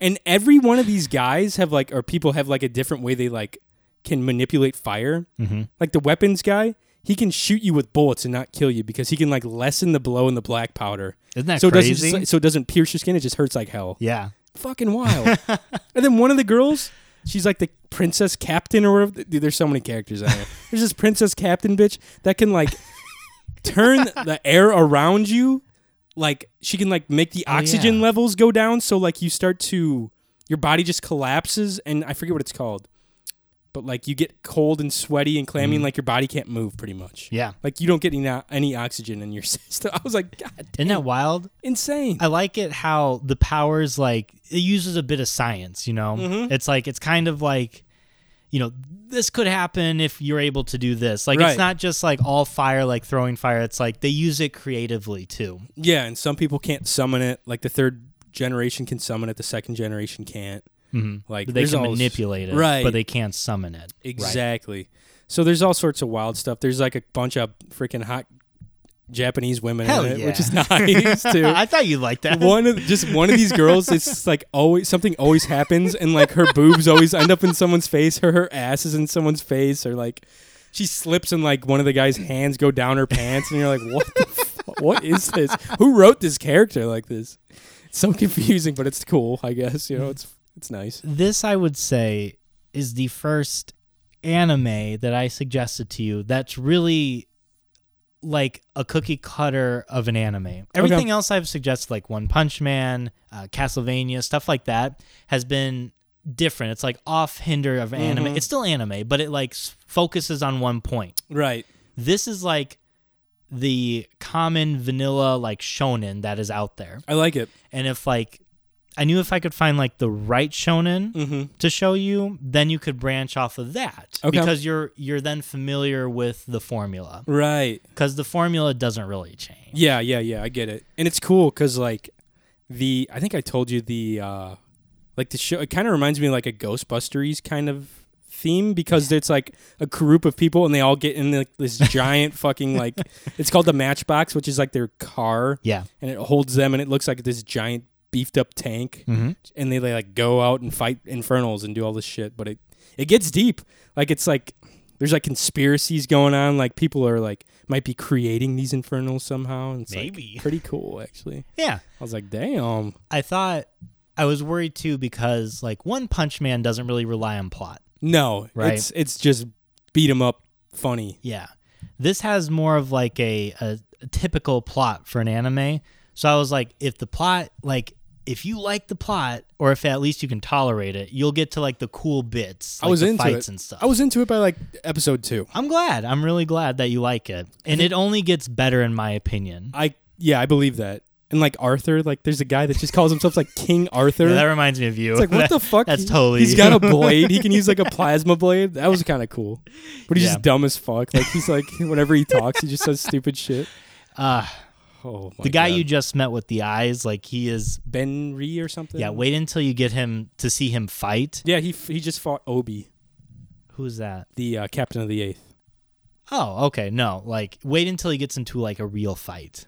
and every one of these guys have like or people have like a different way they like can manipulate fire.
Mm-hmm.
Like the weapons guy, he can shoot you with bullets and not kill you because he can like lessen the blow in the black powder.
Isn't that
so
crazy?
it doesn't just, so it doesn't pierce your skin. It just hurts like hell.
yeah.
Fucking wild. and then one of the girls, she's like the princess captain or whatever. Dude, there's so many characters out there. There's this princess captain bitch that can like turn the air around you. Like she can like make the
Oh,
oxygen
yeah.
levels go down, so like you start to your body just collapses, and I forget what it's called, but like you get cold and sweaty and clammy, and like your body can't move pretty much.
Mm-hmm. Yeah.
Like you don't get any, any oxygen in your system. I was like, God,
Isn't that wild?
insane.
I like it how the powers like it uses a bit of science, you know?
Mm-hmm.
It's like it's kind of like you know, this could happen if you're able to do this. Like
Right.
it's not just like all fire like throwing fire. It's like they use it creatively too.
Yeah, and some people can't summon it. Like the third generation can summon it, the second generation can't. Mm-hmm. Like
They
there's
can
all-
manipulate it,
right?
but they can't summon it. Right.
exactly. So there's all sorts of wild stuff. There's like a bunch of freaking hot Japanese women
Hell
in it,
yeah.
which is nice too.
I thought you liked that.
one of just one of these girls, it's just like always something always happens, and like her boobs always end up in someone's face, or her ass is in someone's face, or like she slips and like one of the guy's hands go down her pants, and you're like, what? The fu- what is this? Who wrote this character like this? It's so confusing, but it's cool, I guess. You know, it's it's nice.
This I would say is the first anime that I suggested to you that's really like a cookie cutter of an anime. Everything else I've suggested, like One Punch Man, uh, Castlevania, stuff like that, has been different. It's like off hinder of anime. It's still anime, but it like s- focuses on one point.
Right.
This is like the common vanilla like shonen that is out there.
I like it.
And if like I knew if I could find like the right shonen
Mm-hmm.
to show you, then you could branch off of that
Okay.
because you're you're then familiar with the formula
Right.
because the formula doesn't really change.
Yeah, yeah, yeah. I get it, and it's cool because like the I think I told you the uh like the show. It kind of reminds me of like a Ghostbusteries kind of theme because it's like a group of people and they all get in like this giant fucking like it's called the Matchbox, which is like their car,
Yeah.
and it holds them, and it looks like this giant beefed up tank,
Mhm.
and they, they like go out and fight infernals and do all this shit, but it it gets deep. Like it's like there's like conspiracies going on. Like people are like might be creating these infernals somehow. And it's like,
Maybe.
pretty cool actually.
Yeah.
I was like, damn.
I thought I was worried too because like One Punch Man doesn't really rely on plot.
No,
Right.
it's it's just beat 'em up, funny.
Yeah. This has more of like a, a typical plot for an anime. So I was like, if the plot, like, if you like the plot, or if at least you can tolerate it, you'll get to like the cool bits,
I
like
was
the
into
fights
it.
and stuff.
I was into it by like episode two.
I'm glad. I'm really glad that you like it. And it only gets better in my opinion.
I yeah, I believe that. And like Arthur, like there's a guy that just calls himself like King Arthur.
Yeah, that reminds me of you.
it's like what the fuck?
That's totally
He's
you.
got a blade. He can use like a plasma blade. That was kind of cool. But he's
Yeah.
just dumb as fuck. Like he's like whenever he talks, he just says stupid shit.
Uh,
Oh, my
the guy
God.
you just met with the eyes, like he is.
Ben Ree or something.
Yeah, wait until you get him to see him fight.
Yeah, he f- he just fought Obi,
Who's that?
the uh, captain of the eighth.
Oh, okay. No, like wait until he gets into like a real fight.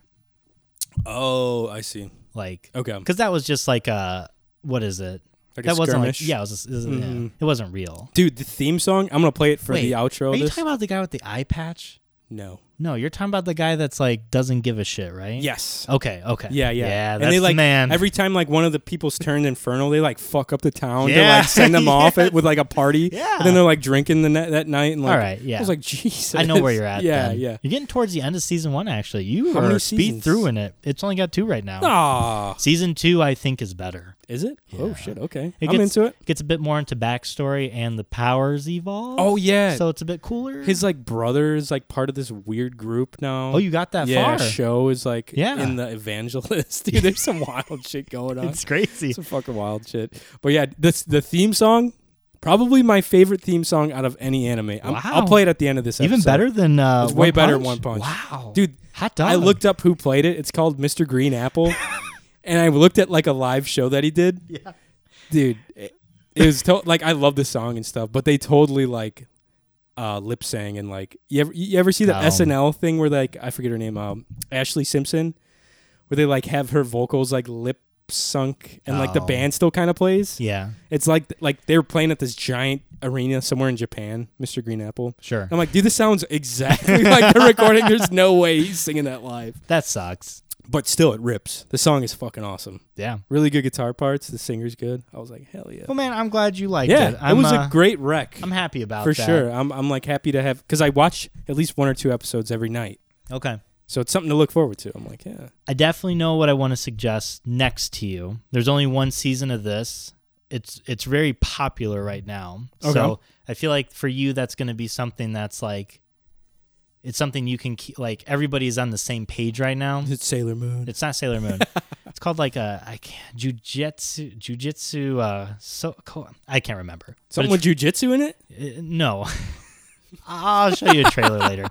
Oh, I see.
Like,
Okay,
because that was just like a what is it?
Like a
that wasn't like
skirmish?
yeah, it, was a, it, was a- yeah,
Mhm.
it wasn't real.
dude, the theme song. I'm gonna play it for
Wait,
the outro.
Are
of
you
this.
talking about the guy with the eye patch?
no.
No, you're talking about the guy that's like doesn't give a shit, right?
Yes.
Okay. Okay.
Yeah, yeah,
Yeah. That's
and they like
the man.
every time like one of the people's turned infernal, they like fuck up the town to
Yeah.
like send them off at, with like a party.
Yeah.
and then they're like drinking the ne- that night. And like,
All right, yeah.
I was like, Jesus,
I know where you're at.
Yeah,
then.
yeah.
You're getting towards the end of season one. Actually, you
How
are
many
speed
seasons?
through in it. It's only got two right now.
Ah,
Season two, I think, is better.
is it?
Yeah.
Oh shit. Okay,
It
I'm
gets-
into it.
Gets a bit more into backstory and the powers evolve.
Oh yeah.
so it's a bit cooler.
his like brother is like part of this weird group now.
oh, you got that
yeah,
far.
show is like
Yeah.
in the evangelist. Dude, there's some wild shit going on.
It's crazy.
Some fucking wild shit. But yeah, this the theme song, probably my favorite theme song out of any anime. I'm-
Wow.
I'll play it at the end of this episode.
Even better than uh,
It's way
One
better
Punch?
than One Punch.
Wow,
Dude,
hot dog.
I looked up who played it. It's called Mr. Green Apple. and I looked at like a live show that he did.
Yeah.
Dude, it, it was to- like I love the song and stuff, but they totally like uh, lip sang and like you ever you ever see the
No.
SNL thing where like I forget her name, um, Ashley Simpson, where they like have her vocals like lip sunk and like the
Oh.
band still kind of plays.
Yeah,
It's like like they're playing at this giant arena somewhere in Japan, Mr. Green Apple.
sure.
I'm like, dude, this sounds exactly like the recording. There's no way he's singing that live.
That sucks.
But still, it rips. The song is fucking awesome.
Yeah.
Really good guitar parts. The singer's good. I was like, hell yeah.
Well, man, I'm glad you liked
Yeah,
it.
it
I'm,
was
uh,
a great wreck.
I'm happy about
for
that.
sure. I'm, I'm like happy to have, because I watch at least one or two episodes every night.
Okay.
So it's something to look forward to. I'm like, yeah.
I definitely know what I want to suggest next to you. There's only one season of this. It's it's very popular right now.
Okay.
So I feel like for you that's going to be something that's like it's something you can keep like everybody's on the same page right now.
It's Sailor Moon.
It's not Sailor Moon. it's called like a I can't jujitsu jujitsu uh so co- I can't remember. But
something with jujitsu in it?
it's- uh, no. I'll show you a trailer later.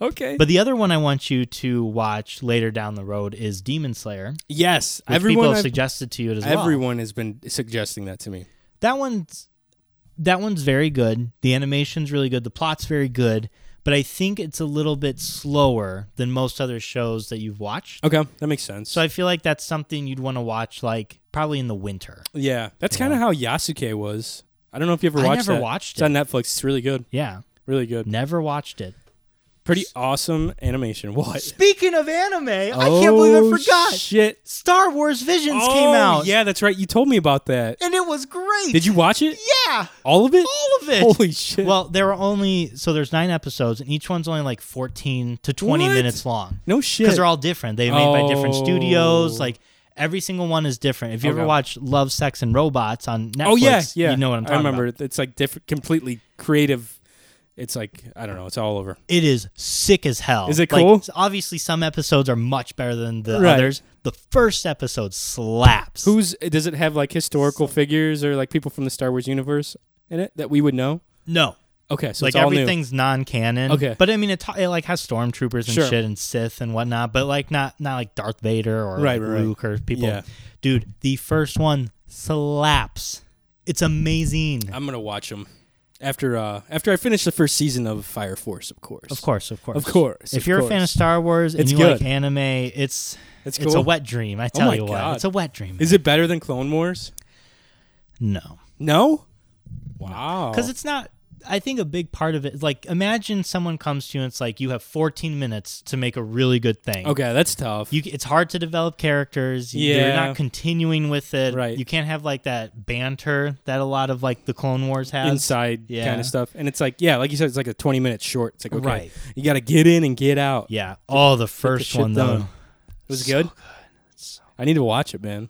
Okay.
But the other one I want you to watch later down the road is Demon Slayer.
yes,
Which people
everyone,
have
I've-
suggested to you as well.
everyone has been suggesting that to me.
That one's that one's very good. The animation's really good. The plot's very good. But I think it's a little bit slower than most other shows that you've watched.
Okay, that makes sense.
So I feel like that's something you'd want to watch, like probably in the winter.
yeah, that's kind of how Yasuke was. I don't know if you ever
I
watched
never
that.
watched
It's on Netflix. It's really good.
Yeah,
Really good.
never watched it.
Pretty awesome animation. What?
Speaking of anime, I can't believe
Oh,
I forgot.
Shit.
Star Wars Visions
Oh,
came out,
Yeah, that's right. You told me about that.
and it was great.
Did you watch it?
Yeah,
All of it?
all of it.
Holy shit.
Well, there were only so there's nine episodes, and each one's only like 14 to 20
What?
minutes long
no shit.
because they're all different. They're made by different
Oh.
studios. Like every single one is different. If you
Okay.
ever watch Love, Sex, and Robots on Netflix,
oh yeah, yeah.
you know what I'm talking
I remember.
about.
It's like different, completely creative. It's like I don't know. It's all over.
It is sick as hell.
Is it
Like,
cool?
obviously, some episodes are much better than the
Right.
others. The first episode slaps.
Who's does it have like historical figures or like people from the Star Wars universe in it that we would know?
no.
Okay, so
like
it's all new.
everything's non-canon.
Okay.
but I mean, it, ta- it like has stormtroopers and
Sure.
shit and Sith and whatnot, but like not not like Darth Vader or
Right,
like
right, right.
Luke or people.
Yeah.
Dude, the first one slaps. It's amazing.
I'm gonna watch them after uh after I finish the first season of Fire Force, of course.
of course, of course,
Of course,
If
of
you're a fan of
course.
Star Wars and
It's
you
good.
like anime, it's
It's
it's a
cool. Oh
wet dream. I tell
my
you what,
God.
it's a wet dream.
Is it better than Clone Wars?
no,
No. Wow.
because it's not. I think a big part of it is like imagine someone comes to you and it's like you have 14 minutes to make a really good thing.
okay, that's tough.
you it's hard to develop characters You-
Yeah.
you're not continuing with it
Right.
you can't have like that banter that a lot of like the clone wars has
inside
Yeah.
kind of stuff. And it's like, yeah, like you said, it's like a 20 minute short. It's like, okay,
Right.
you got to get in and get out.
yeah oh the first
shit
one though
done. It was
So
good.
good. So-
I need to watch it, man.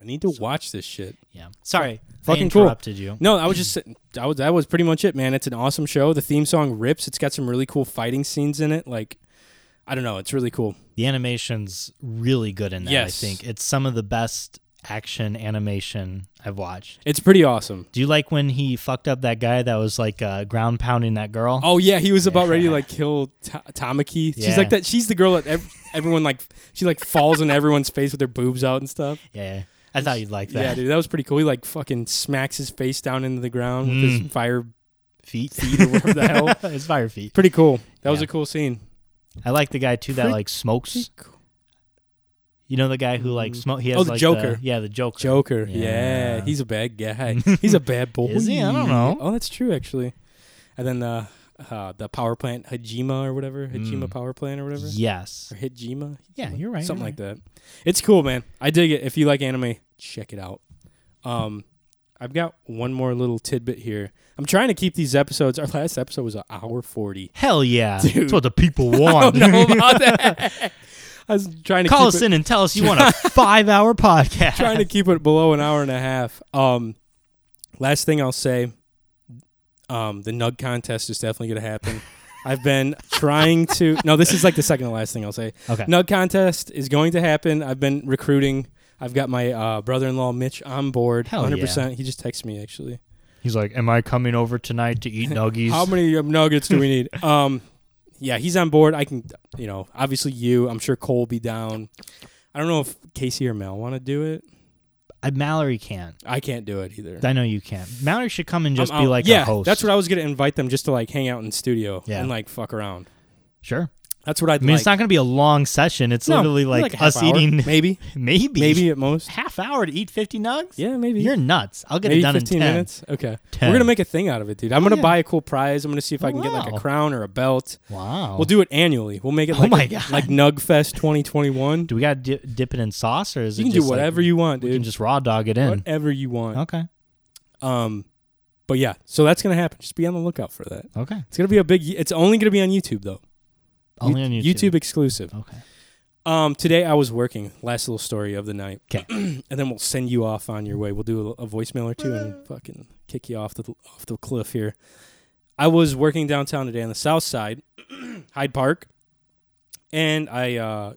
I need to watch this shit.
yeah sorry
Fucking
I
cool.
interrupted you
No, I was just sitting. I was, that was pretty much it, man. It's an awesome show. The theme song rips. It's got some really cool fighting scenes in it. Like, I don't know. It's really cool.
the animation's really good in that
Yes.
i think it's some of the best action animation i've watched
It's pretty awesome.
do you like when he fucked up that guy that was like uh, ground pounding that girl
Oh yeah, he was about ready to
Yeah.
like kill Ta- Tamaki. She's
Yeah.
like that. She's the girl that ev- everyone like. She like falls in everyone's face with her boobs out and stuff.
yeah i thought you'd like that
Yeah, dude, that was pretty cool. He like fucking smacks his face down into the ground with
Mm.
his fire
feet
feet or whatever the hell.
it's fire feet
Pretty cool. That was
Yeah.
a cool scene.
i like the guy too that
Pretty
like smokes You know the guy who like
Mm.
smoke. He has
Oh, the
like
Joker.
yeah, the Joker.
Joker. Yeah.
Yeah.
he's a bad guy. He's a bad boy.
Is he? I don't know.
Oh, that's true actually. And then the uh, the power plant Hajima or whatever Hajima
Mm.
power plant or whatever
yes.
or Hijima.
Yeah, you're right.
something like that. It's cool, man. I dig it. If you like anime, check it out. Um, I've got one more little tidbit here. I'm trying to keep these episodes. Our last episode was an hour forty.
Hell yeah.
Dude.
That's what the people
I
want.
don't know about that. I was trying to
Call
keep
us
it,
in and tell us you want a five-hour podcast.
trying to keep it below an hour and a half. Um, last thing I'll say, um, the nug contest is definitely gonna happen. I've been trying to. No, this is like the second to last thing I'll say.
okay.
Nug contest is going to happen. I've been recruiting. I've got my uh, brother-in-law Mitch on board.
Hell
100%. He just texted me actually.
He's like, "Am I coming over tonight to eat nuggies?"
How many um, nuggets do we need? um, yeah, he's on board. I can, you know, obviously you. I'm sure Cole will be down. I don't know if Casey or Mel want to do it.
I, Mallory can't.
I can't do it either.
I know you can't. Mallory should come and just
I'm
be
out.
like
yeah,
a host.
that's what I was gonna invite them just to like hang out in the studio
Yeah.
and like fuck around.
Sure.
That's what I'd
I mean,
like.
it's not going to be a long session. It's
No,
literally like,
a half
us
hour,
eating
maybe,
maybe
maybe at most.
half hour to eat 50 nugs?
Yeah, maybe.
You're nuts. I'll get
maybe
it done in
15
10.
minutes. Okay,
10.
we're gonna make a thing out of it, dude. I'm gonna
yeah.
buy a cool prize. I'm gonna see if I can get like
Wow.
a crown or a belt.
Wow.
We'll do it annually. We'll make it
Oh
like
my
a-
God.
like Nugfest 2021.
do we got to dip it in sauce or is
You
it
can do
just like,
whatever you want,
we
dude.
can just raw dog it in?
whatever you want.
Okay.
Um, but yeah, so that's gonna happen. Just be on the lookout for that.
Okay.
It's gonna be a big. It's only gonna be on YouTube though.
Only
You-
on YouTube.
YouTube exclusive.
Okay.
Um, today I was working. Last little story of the night.
'Kay.
and then we'll send you off on your way. We'll do a, a voicemail or two and fucking kick you off the off the cliff here. I was working downtown today on the south side, Hyde Park, and I uh,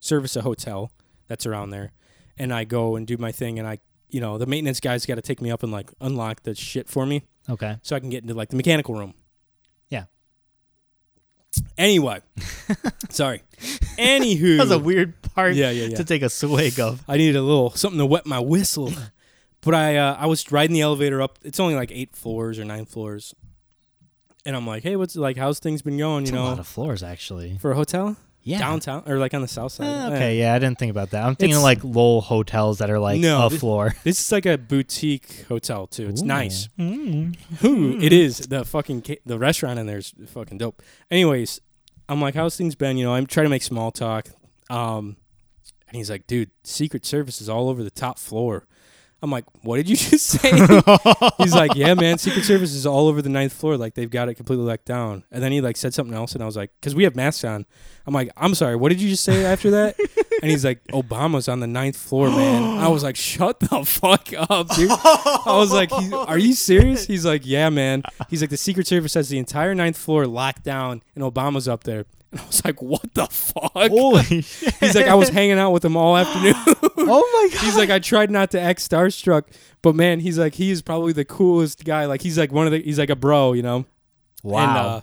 service a hotel that's around there. And I go and do my thing, and I, you know, the maintenance guy's got to take me up and like unlock the shit for me
Okay.
so I can get into like the mechanical room.
Yeah.
Anyway, sorry. Anywho,
That was a weird part
yeah, yeah, yeah.
to take a swig of.
I needed a little something to wet my whistle. but I uh, I was riding the elevator up. It's only like eight floors or nine floors, and I'm like, hey, what's like how's things been going?
It's
You
a
know,
lot of floors, actually.
for a hotel
Yeah.
downtown or like on the south side.
Ah,
Eh.
okay. Yeah, I didn't think about that. I'm thinking
It's-
like low hotels that are like
No,
a
this-
floor.
This is like a boutique hotel too. It's nice.
Mm.
Ooh, it is the fucking ca- the restaurant in there's fucking dope. Anyways, I'm like, how's things been? You know, I'm trying to make small talk. Um, and he's like, dude, Secret Service is all over the top floor. I'm like, what did you just say? he's like, yeah, man, Secret Service is all over the ninth floor. Like they've got it completely locked down. And then he like said something else, and I was like, because we have masks on. I'm like, I'm sorry, what did you just say after that? and he's like, Obama's on the ninth floor, man. I was like, shut the fuck up, dude. I was like, he- are you serious? He's like, yeah, man. He's like, the Secret Service has the entire ninth floor locked down, and Obama's up there. And I was like, what the fuck?
Holy shit.
He's like, I was hanging out with him all afternoon.
Oh my god.
He's like, I tried not to act starstruck, but man, he's like, he is probably the coolest guy. Like, he's like one of the, he's like a bro, you know.
Wow.
And, uh,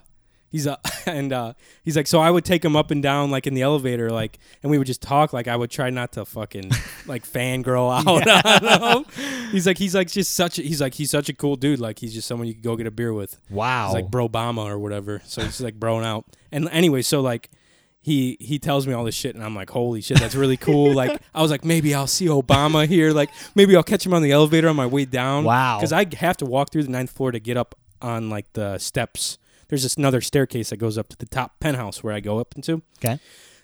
he's a, and uh, he's like, so I would take him up and down like in the elevator, like, and we would just talk. Like, I would try not to fucking like fangirl out on him. He's like, he's like just such. A, he's like, he's such a cool dude. Like, he's just someone you could go get a beer with.
wow.
He's like bro Obama or whatever. So he's like broing out. And anyway, so like he he tells me all this shit and I'm like, holy shit, that's really cool. like I was like, maybe I'll see Obama here. Like maybe I'll catch him on the elevator on my way down.
Wow.
Because I have to walk through the ninth floor to get up on like the steps. There's just another staircase that goes up to the top penthouse where I go up into.
okay.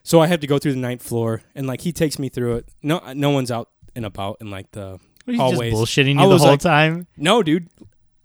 So I have to go through the ninth floor and like he takes me through it. No no one's out and about in like the
He's
hallways.
just bullshitting you
I
the
was
whole
like-
time.
No, dude.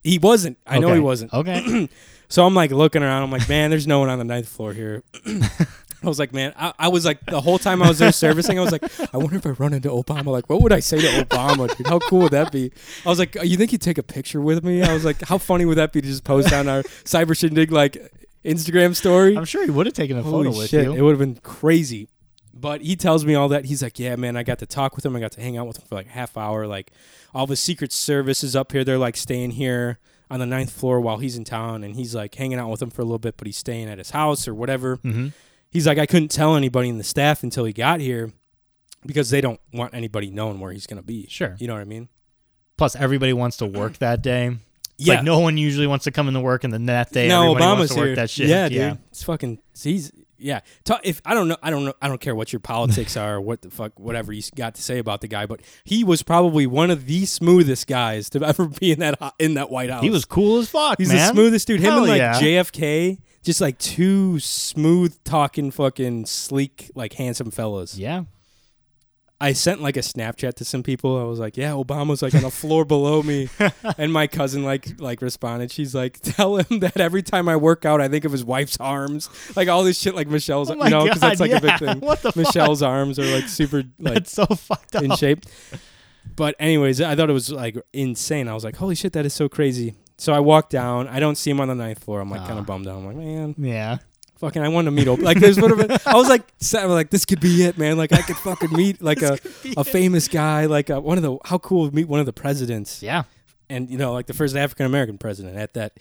He wasn't. I know
Okay.
he wasn't.
Okay.
So I'm like looking around. I'm like, man, there's no one on the ninth floor here. I was like, man, I, I was like the whole time I was there servicing, I was like, I wonder if I run into Obama. Like, what would I say to Obama? Dude? How cool would that be? I was like, you think he'd take a picture with me? I was like, how funny would that be to just post on our cyber shindig like Instagram story?
I'm sure he would have taken a
Holy
photo with
shit,
you.
it would have been crazy. But he tells me all that. He's like, "Yeah, man, I got to talk with him. I got to hang out with him for like a half hour. Like, all the Secret Service is up here. They're like staying here on the ninth floor while he's in town, and he's like hanging out with him for a little bit, but he's staying at his house or whatever."
Mhm.
He's like, "I couldn't tell anybody in the staff until he got here because they don't want anybody knowing where he's gonna be."
Sure.
you know what I mean?
Plus, everybody wants to work that day. It's
yeah,
Like no one usually wants to come into work, and then that day
now
everybody
Obama's
wants to work
here.
that shit.
Yeah, dude. It's fucking. He's yeah. Ta- if I don't know, I don't know, I don't care what your politics are, or what the fuck, whatever you got to say about the guy, but he was probably one of the smoothest guys to ever be in that ho- in that White House.
He was cool as fuck,
He's
man.
the smoothest dude. Him
Hell
and like
yeah.
JFK, just like two smooth talking, fucking sleek, like handsome fellas.
Yeah.
I sent like a Snapchat to some people. I was like, "Yeah, Obama's like on a floor below me," and my cousin like like responded. She's like, "Tell him that every time I work out, I think of his wife's arms, like all this shit, like Michelle's,
Oh my
you know, because that's
God,
like a big
yeah.
thing.
What the fuck?
Michelle's arms are like super like
That's so fucked up.
in shape." But anyways, I thought it was like insane. I was like, "Holy shit, that is so crazy." So I walked down. I don't see him on the ninth floor. I'm like kind
Ah.
of bummed out. I'm like, "Man,
Yeah.
fucking, I want to meet Obama." Like, there's would have been. I was like, sad, I'm like, this could be it, man. Like, I could fucking meet like a a famous guy like uh, one of the how cool to meet one of the presidents
Yeah.
and you know like the first African American president at that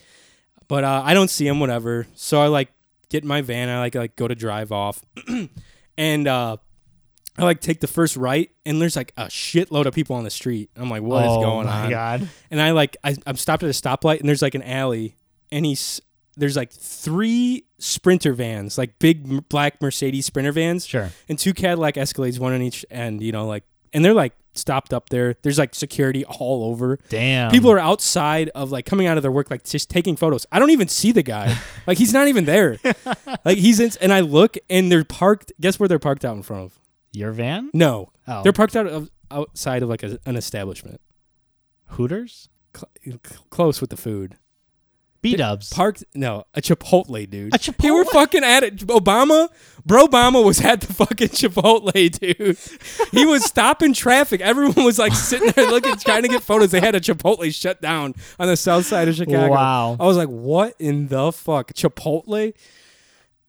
but uh, I don't see him whatever so I like get in my van I like like go to drive off and uh I like take the first right and there's like a shitload of people on the street I'm like what is
oh
going
my
on
god.
and I like I, I'm stopped at a stoplight and there's like an alley and he's there's like three sprinter vans, like big m- black Mercedes sprinter vans,
Sure.
and two Cadillac Escalades, one on each end. You know, like and they're like stopped up there. There's like security all over.
Damn.
People are outside of like coming out of their work, like just taking photos. I don't even see the guy. like he's not even there. like he's in, and I look and they're parked. Guess where they're parked out in front of?
your van?
No,
Oh,
they're parked out of outside of like a, an establishment.
Hooters,
Cl- cl- close with the food.
B Dubs.
Parked no, a Chipotle, dude.
A Chipotle?
They were fucking at it. Obama, bro, Obama was at the fucking Chipotle, dude. He was stopping traffic. Everyone was like sitting there looking, trying to get photos. They had a Chipotle shut down on the south side of Chicago.
Wow.
I was like, what in the fuck, Chipotle?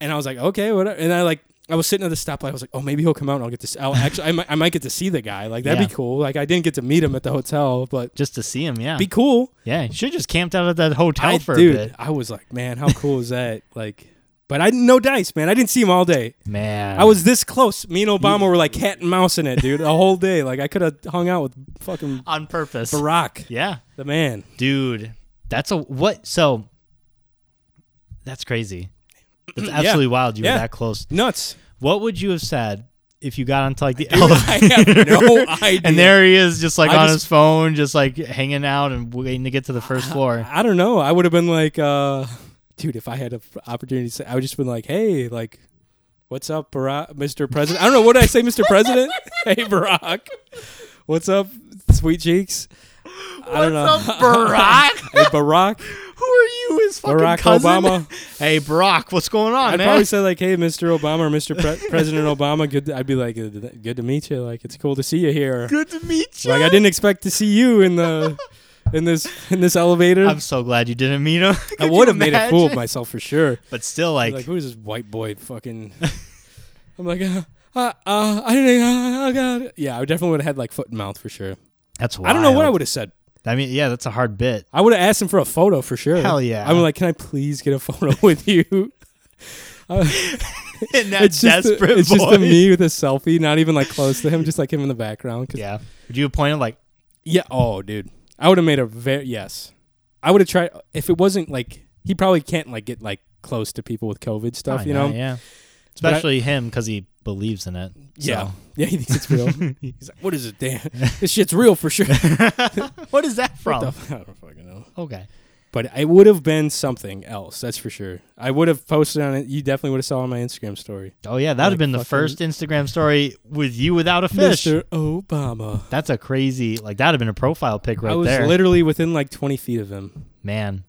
And I was like, okay, whatever. And I like, I was sitting at the stoplight. I was like, oh, maybe he'll come out and I'll get to. See, I'll actually, I might, I might get to see the guy. Like that'd
Yeah.
be cool. Like I didn't get to meet him at the hotel, but
Just to see him, yeah.
be cool.
yeah, you should just camped out at that hotel
I,
for
dude,
a bit.
I was like, man, how cool is that? Like, but I didn't no dice, man. I didn't see him all day.
Man.
I was this close. Me and Obama were like cat and mouse in it, dude, the whole day. Like I could have hung out with fucking
on purpose.
Barack,
yeah.
the man.
Dude, that's a what so that's crazy. That's absolutely wild. You
Yeah.
were that close.
Nuts.
What would you have said if you got onto like the
Dude,
elevator?
I have no idea.
And there he is, just like
I
on
just- Uh,
his phone, just like hanging out and waiting to get to the first floor.
I don't know. I would have been like, uh, dude, if I had an opportunity to say, I would just been like, hey, like, what's up, Barack, Mr. President? I don't know. What did I say, Mr. President? hey, Barack. What's up, sweet cheeks? I don't know.
Barack?
hey, Barack.
Who are you, his fucking
Barack
cousin?
Obama.
Hey, Barack, what's going on,
I'd
man?
probably say like, "Hey, Mr. Obama or Mr. Pre- President Obama, good." To, I'd be like, "Uh, "Good to meet you. Like, it's cool to see you here.
Good to meet you.
Like, I didn't expect to see you in the in this in this elevator.
I'm so glad you didn't meet him.
I would
Could you
have made a fool of
imagine?
myself for sure.
But still, like,
Like, who is this white boy? Fucking. I'm like, uh, uh, uh, I didn't. Uh, oh god. Yeah, I definitely would have had like foot and mouth for sure.
that's
I don't know what I
wild.
would have said.
I mean, yeah, that's a hard bit.
I would have asked him for a photo for sure.
Hell yeah.
I'm like, can I please get a photo with you?
In that desperate
a, it's just
voice.
a me with a selfie, not even like close to him, just like him in the background. 'cause-
Yeah. Would you have pointed like,
Yeah. Oh, dude. I would have made a very yes. I would have tried if it wasn't like he probably can't like get like close to people with COVID stuff.
I
you know.
know, "Oh, yeah.
But I-
Especially him because he believes in it.
Yeah.
so.
Yeah. He thinks it's real. He's like, what is it? Damn, this shit's real for sure.
What is that
I
from?
don't fucking know.
Okay.
But it would have been something else. That's for sure. I would have posted on it. You definitely would have saw on my Instagram story.
Oh yeah, that would
Like
have been the
fucking-
first Instagram story with you without a fish.
Mr. Obama.
That's a crazy. Like that'd have been a profile pic right
I was
there,
literally within like 20 feet of him.
man.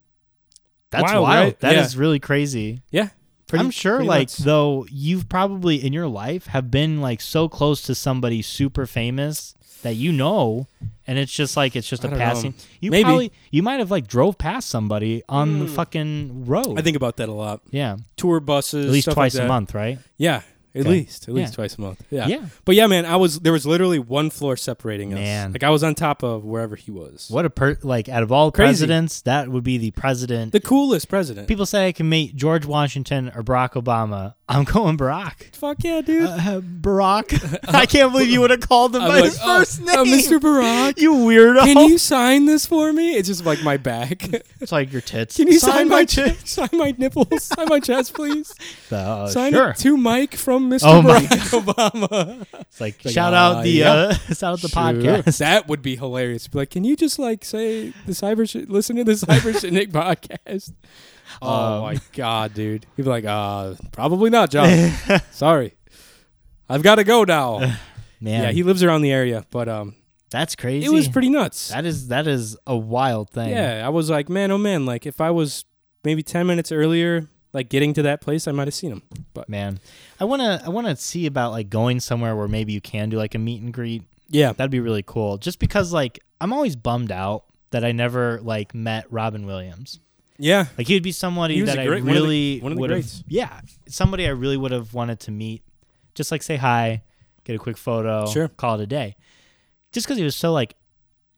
That's
Wild,
wild.
right?
That is
Yeah.
really crazy.
Yeah. Pretty-
I'm sure,
pretty
like
nuts.
though, you've probably in your life have been like so close to somebody super famous that you know, and it's just like it's just
I
a
don't know.
passing. You
Maybe. Hmm.
probably you might have like drove past somebody on the fucking road.
I think about that a lot.
yeah,
Tour buses,
at least
stuff
twice
like
a
that.
month, right?
Yeah, at
Okay.
least at least
Yeah.
twice a month. Yeah.
Yeah.
But yeah, man, I was there was literally one floor separating us.
Man.
Like I was on top of wherever he was.
What a per like out of all
Crazy.
presidents, that would be the president.
The coolest president.
People say I can meet George Washington or Barack Obama. I'm going Barack.
Fuck yeah, dude.
Uh, Barack. I can't believe you would have called him
I'm
by
like,
his
"Oh,
first name. Oh.
uh, Mr. Barack.
You weirdo.
Can you sign this for me? It's just like my back. Can
it's like your tits.
you sign, my
tits?
chest? Sign my nipples. sign my chest, please.
Uh,
Sign
sure.
it to Mike from Mr.
Oh my
Barack Obama.
It's like,
like,
shout
uh,
out the
yeah.
uh, shout out the
Sure.
podcast.
That would be hilarious. Be like, can you just like say the cyber? Sh- listen to the cyber Nick podcast. Oh
Um.
my god, dude! He'd be like, uh, probably not, John. Sorry, I've got to go now.
Man,
yeah, he lives around the area, but um,
that's crazy.
it was pretty nuts.
That is that is a wild thing.
yeah, I was like, man, oh man, like if I was maybe ten minutes earlier, like getting to that place, I might have seen him. But
Man, I wanna I wanna see about like going somewhere where maybe you can do like a meet and greet.
yeah,
That'd be really cool. Just because like I'm always bummed out that I never like met Robin Williams.
yeah,
Like he would be somebody
He was
that
a
I
great- one of the-
really
one of the
would have.
greats.
Yeah, somebody I really would have wanted to meet. Just like say hi, get a quick photo,
Sure.
call it a day. Just because he was so like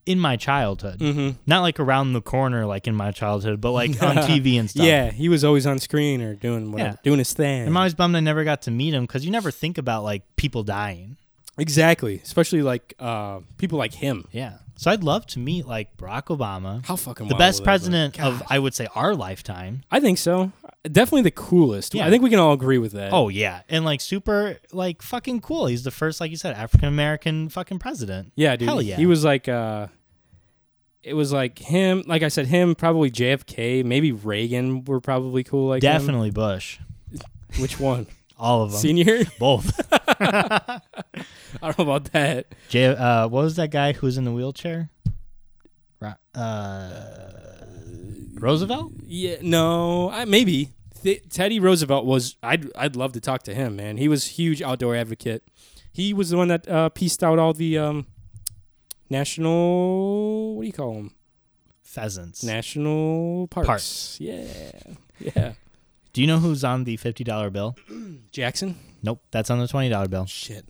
in my childhood,
hmm
not like around the corner like in my childhood, but like on TV and stuff.
yeah. He was always on screen or doing whatever,
Yeah.
doing his thing.
I'm always bummed I never got to meet him because you never think about like people dying.
Exactly, especially like uh, people like him.
Yeah. So I'd love to meet like Barack Obama,
How fucking
the
wild
best
would that be?
president of I would say our lifetime.
I think so. Definitely the coolest.
Yeah.
I think we can all agree with that.
Oh yeah, and like super like fucking cool. He's the first like you said African American fucking president.
yeah, dude.
Hell yeah.
He was like, uh, it was like him. Like I said, him probably JFK, maybe Reagan were probably cool. Like him.
Definitely Bush.
Which one?
All of them.
Senior?
Both.
I don't know about that.
J- uh, what was that guy who was in the wheelchair? Ro- Uh, Roosevelt?
Yeah, no, I, maybe. Th- Teddy Roosevelt was. I'd I'd love to talk to him, man. He was huge outdoor advocate. He was the one that uh, pieced out all the um, national. What do you call them?
Pheasants.
National parks.
Parks.
Yeah, yeah.
Do you know who's on the fifty dollar bill?
Jackson.
Nope, that's on the twenty dollar bill.
Shit.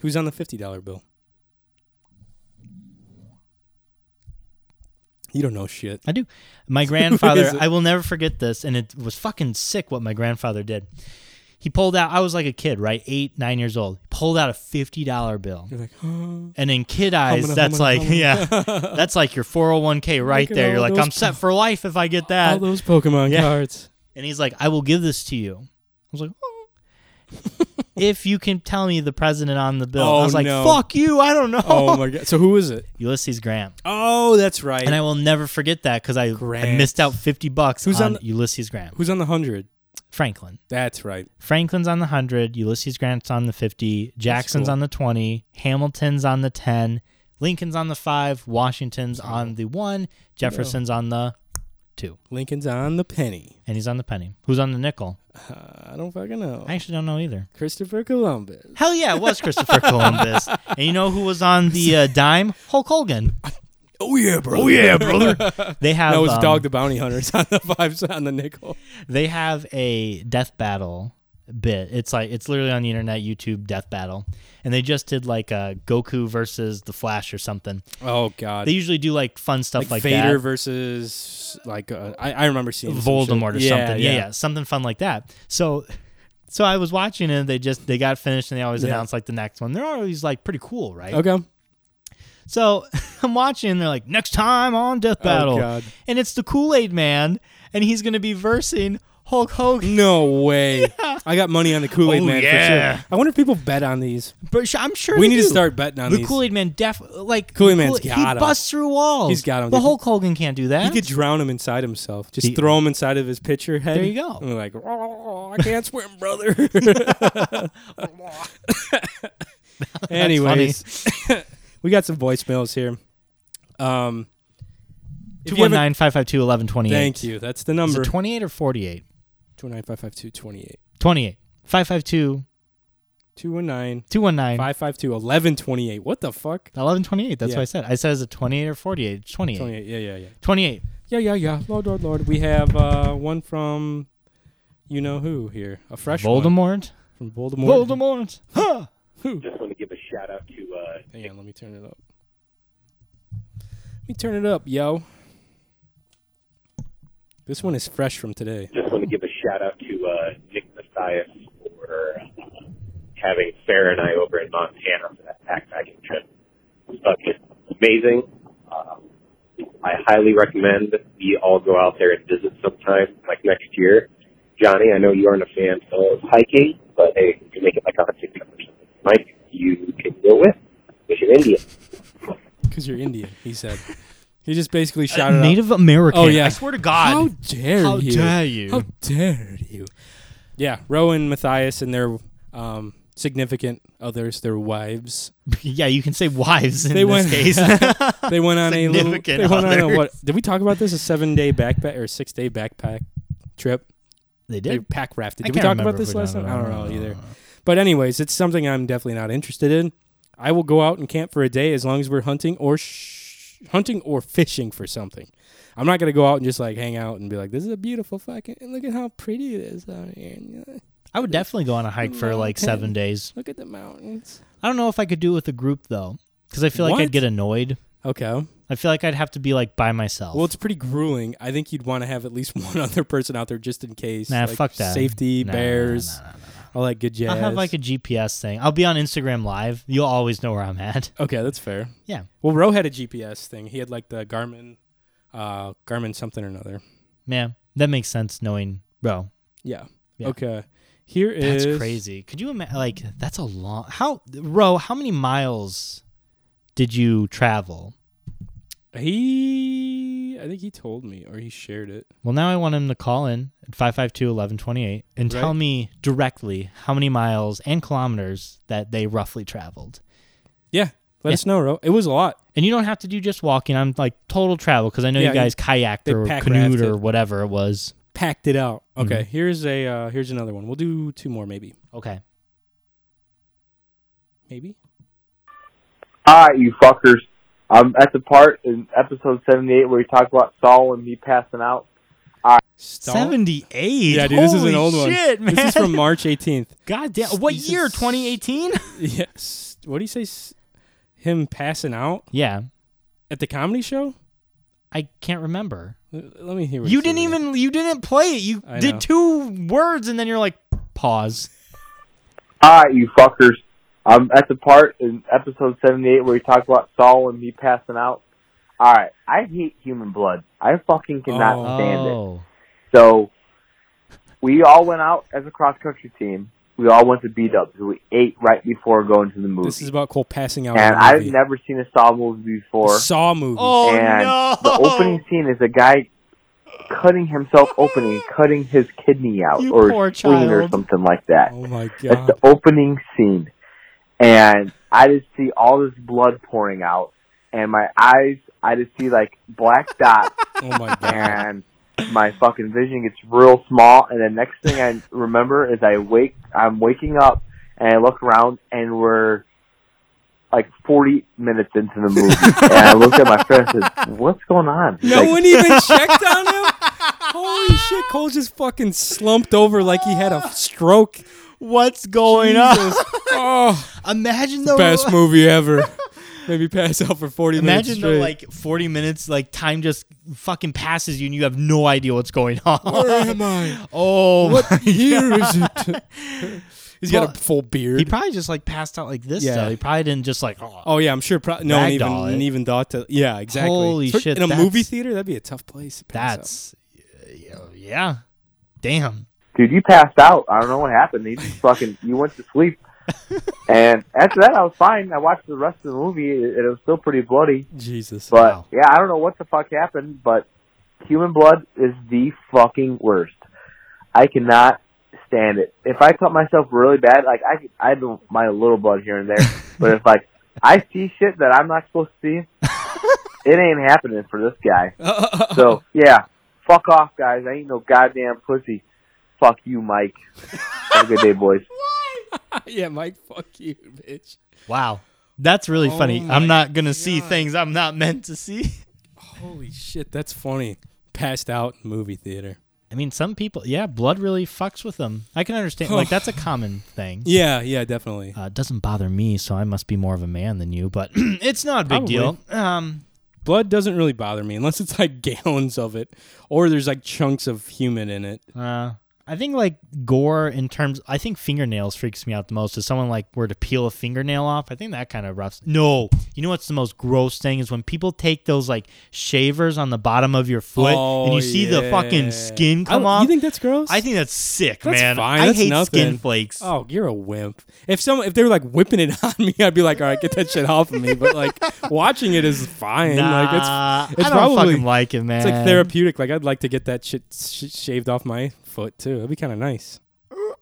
Who's on the fifty dollar bill? You don't know shit.
I do. My grandfather,
is it?
I will never forget this, and it was fucking sick what my grandfather did. He pulled out. I was like a kid, right, eight, nine years old. He pulled out a fifty dollar bill,
You're like, huh?
and in kid eyes,
Humana,
that's
humana,
like, yeah, that's like your four hundred one k right
Look at
there. You're
all
like,
those
I'm set for life if I get that.
all those Pokemon
yeah.
cards.
And he's like, I will give this to you. I was like, oh. if you can tell me the president on the bill.
Oh,
I was like,
no.
fuck you. I don't know.
Oh my god. So who is it?
Ulysses Grant.
Oh, that's right.
And I will never forget that because I, I
Grant.
missed out 50 bucks
Who's
on,
on the-
Ulysses Grant.
Who's on the hundred?
Franklin.
That's right.
Franklin's on the 100. Ulysses Grant's on the 50. Jackson's
cool.
on the 20. Hamilton's on the 10. Lincoln's on the 5. Washington's on the 1. Jefferson's on the 2.
Lincoln's on the penny.
And he's on the penny. Who's on the nickel?
Uh, I don't fucking know.
I actually don't know either.
Christopher Columbus.
Hell yeah, it was Christopher Columbus. And you know who was on the uh, dime? Hulk Hogan.
Oh yeah, bro. Oh yeah, brother.
They have
that was
um,
Dog the Bounty Hunter. It's on the vibes on the nickel.
They have a death battle bit. It's like it's literally on the internet, YouTube death battle, and they just did like uh, Goku versus the Flash or something.
Oh god.
They usually do like fun stuff
like,
like,
Vader
that.
versus like uh, I, I remember seeing some
Voldemort or
shit. Yeah,
something. Yeah, yeah, something fun like that. So. So I was watching it. They just they got finished, and they always
Yeah.
announce like the next one. They're always like pretty cool, right?
Okay.
So I'm watching. and They're like, next time on Death Battle,
Oh, God.
and it's the Kool Aid Man, and he's gonna be versing Hulk Hogan.
No way. I got money on the Kool Aid
Oh,
Man for
yeah.
sure. I wonder if people bet on these.
But sh- I'm sure
we
they
need to
do.
start betting on
The
these.
Kool Aid Man, def like
Kool-Aid Man's
Kool-
got
He
'em.
busts through walls.
He's got 'em,
The
dude.
Hulk Hogan can't do that.
He could drown him inside himself. Just
He-
throw him inside of his pitcher head.
There you go.
And we're like, "Oh, I can't swim, brother. Anyways, we got some voicemails here. Um, if
Two
you have
one
a-
nine five five two eleven twenty eight.
Thank you. That's the
Is
number.
it twenty eight or forty eight?
219-552-28.
Twenty eight. Five five two
oh 219
two one nine
552 1128. What the fuck?
eleven twenty eight. That's
Yeah.
what I said. I said is it twenty eight or forty eight? Twenty eight.
28. Yeah, yeah, yeah.
Twenty eight.
Yeah, yeah, yeah. Lord, Lord, Lord. We have uh, one from you know who here. A fresh one
Voldemort.
from Voldemort.
Voldemort. Huh.
Just want to give a shout out to uh,
Hang on, let me turn it up. Let me turn it up, yo. This one is fresh from today.
just want to give a shout out to uh, Nick Mathias for uh, having Sarah and I over in Montana for that backpacking trip. It was fucking amazing. Um, I highly recommend we all go out there and visit sometime, like next year. Johnny, I know you aren't a fan of hiking, but hey, you can make it like a hunting trip or something. Mike, you can go with. Because you're Indian.
Because you're Indian, he said. He just basically shouted out.
Native American.
Oh, yeah.
I swear to God.
How dare
How
you?
dare you.
How dare you? Yeah, Rowan, Matthias, and their um, significant others, their wives.
yeah, you can say wives in
They
this
went-
case.
They went on a little.
Significant
They went on a
others.
what? Did we talk about this? A seven-day backpack or six-day backpack trip?
they
They
did.
pack rafted.
I
Did we
can't
talk about
remember if
this
we
last
done
time?
it
I
or
don't
not.
know either. But anyways, it's something I'm definitely not interested in. I will go out and camp for a day as long as we're hunting or sh- hunting or fishing for something. I'm not gonna go out and just like hang out and be like, "This is a beautiful fucking and look at how pretty it is out here. and
I would definitely go on a hike for like seven days.
Look at the mountains."
I don't know if I could do it with a group though, because I feel like
What?
I'd get annoyed.
Okay.
I feel like I'd have to be like by myself.
Well, it's pretty grueling. I think you'd want to have at least one other person out there just in case.
nah,
Like,
fuck that.
Safety,
Nah,
bears.
nah, nah, nah,
I like good jazz.
I'll have like a GPS thing. I'll be on Instagram Live. You'll always know where I'm at.
okay, that's fair.
Yeah.
Well, Roe had a GPS thing. He had like the Garmin, uh, Garmin something or another.
Yeah. That makes sense knowing, bro.
Yeah.
Yeah.
Okay. Here
That's
is
crazy. Could you imagine? Like, that's a long. How, Ro, how many miles did you travel?
He, I think he told me or he shared it.
Well, now I want him to call in at 552 1128 and tell
Right.
me directly how many miles and kilometers that they roughly traveled.
Yeah. Let
Yeah.
us know, Roe. It was a lot.
And you don't have to do just walking. I'm like total travel because I know
Yeah, you-
you guys kayaked
they
or
pack
canoed or
rafted.
whatever it was.
Packed it out.
Mm-hmm.
Okay. Here's a. Uh, here's another one. We'll do two more, maybe.
Okay.
Maybe.
Hi, you fuckers. I'm at the part in episode 78 where we talk about Saul and me passing out.
78.
Yeah, dude. This is an
Holy
old
shit,
one.
Man.
This is from March 18th.
God damn. What
This
year?
is-
2018?
Yes. What do you say? s- Him passing out
yeah.
at the comedy show?
I can't remember.
L- Let me hear. What
You
it
didn't
says.
even you didn't play it. You
I
did
know.
two words and then you're like pause.
Hi, you fuckers. I'm at the part in episode 78 where we talk about Saul and me passing out. Alright, I hate human blood. I fucking cannot
Oh.
stand it. So, we all went out as a cross country team. We all went to B Dubs. We ate right before going to the movie.
This is about Cole passing out.
and
at a
I've
movie.
never seen a Saw movie before.
Saw movie.
Oh
and
no.
the opening scene is a guy cutting himself open and cutting his kidney out
You
or
poor
his spleen or
child.
something like that.
Oh my
That's
god.
the opening scene. And I just see all this blood pouring out and my eyes I just see like black dots
Oh my god.
and my fucking vision gets real small and the next thing I remember is I wake I'm waking up and I look around and we're like forty minutes into the movie and I look at my friend and says, What's going on?
No
Like,
one even checked on him. Holy shit! Cole just fucking slumped over like he had a stroke.
What's going
Jesus.
on?
Oh,
Imagine the
best movie ever. Maybe pass out for forty minutes
Imagine the
straight.
like 40 minutes like time just fucking passes you and you have no idea what's going on.
Where am I?
Oh.
What year is it? He's
Well,
got a full beard.
He probably just like passed out like this
Yeah.
though. He probably didn't just like oh.
Oh yeah, I'm sure. Pro- no one even,
Ragdoll it.
even thought to. Yeah, exactly.
Holy
Especially
shit,
In a
that's-
movie theater, that'd be a tough place. To pass out.
that's yeah, yeah. Damn.
dude, you passed out. I don't know what happened. You just fucking, you went to sleep. and after that, I was fine. I watched the rest of the movie, and it was still pretty bloody.
Jesus.
But
Wow.
yeah, I don't know what the fuck happened, but human blood is the fucking worst. I cannot stand it. If I cut myself really bad, like I, could- I don't mind a little blood here and there, but if like I see shit that I'm not supposed to see, it ain't happening for this guy. So yeah, fuck off, guys. I ain't no goddamn pussy. Fuck you, Mike. Have a good day, boys.
yeah, Mike. Fuck you, bitch.
Wow. That's really
Oh
funny.
my
I'm not going to see
God.
things I'm not meant to see.
Holy shit, that's funny. Passed out in movie theater.
I mean, some people, yeah, blood really fucks with them. I can understand. like that's a common thing.
Yeah, yeah, definitely.
Uh, it doesn't bother me, so I must be more of a man than you, but it's not a big deal. Um,
Blood doesn't really bother me unless it's like gallons of it, or there's like chunks of human in it.
uh, I think like gore in terms, I think fingernails freaks me out the most. If someone like were to peel a fingernail off, I think that kind of roughs. No, you know what's the most gross thing is when people take those like shavers on the bottom of your foot and
Oh,
you see the
yeah.
fucking skin
I
come
don't-
off.
You think that's gross?
I think that's sick,
That's
man.
fine.
I
That's
hate skin
nothing.
flakes.
Oh, you're a wimp. If some if they were like whipping it on me, I'd be like, all right, get that shit off of me. But like watching it is fine. like
Nah,
it's it's
I don't
probably
fucking like it, man.
it's like therapeutic. Like I'd like to get that shit sh- shaved off my foot too. That'd be kind of nice.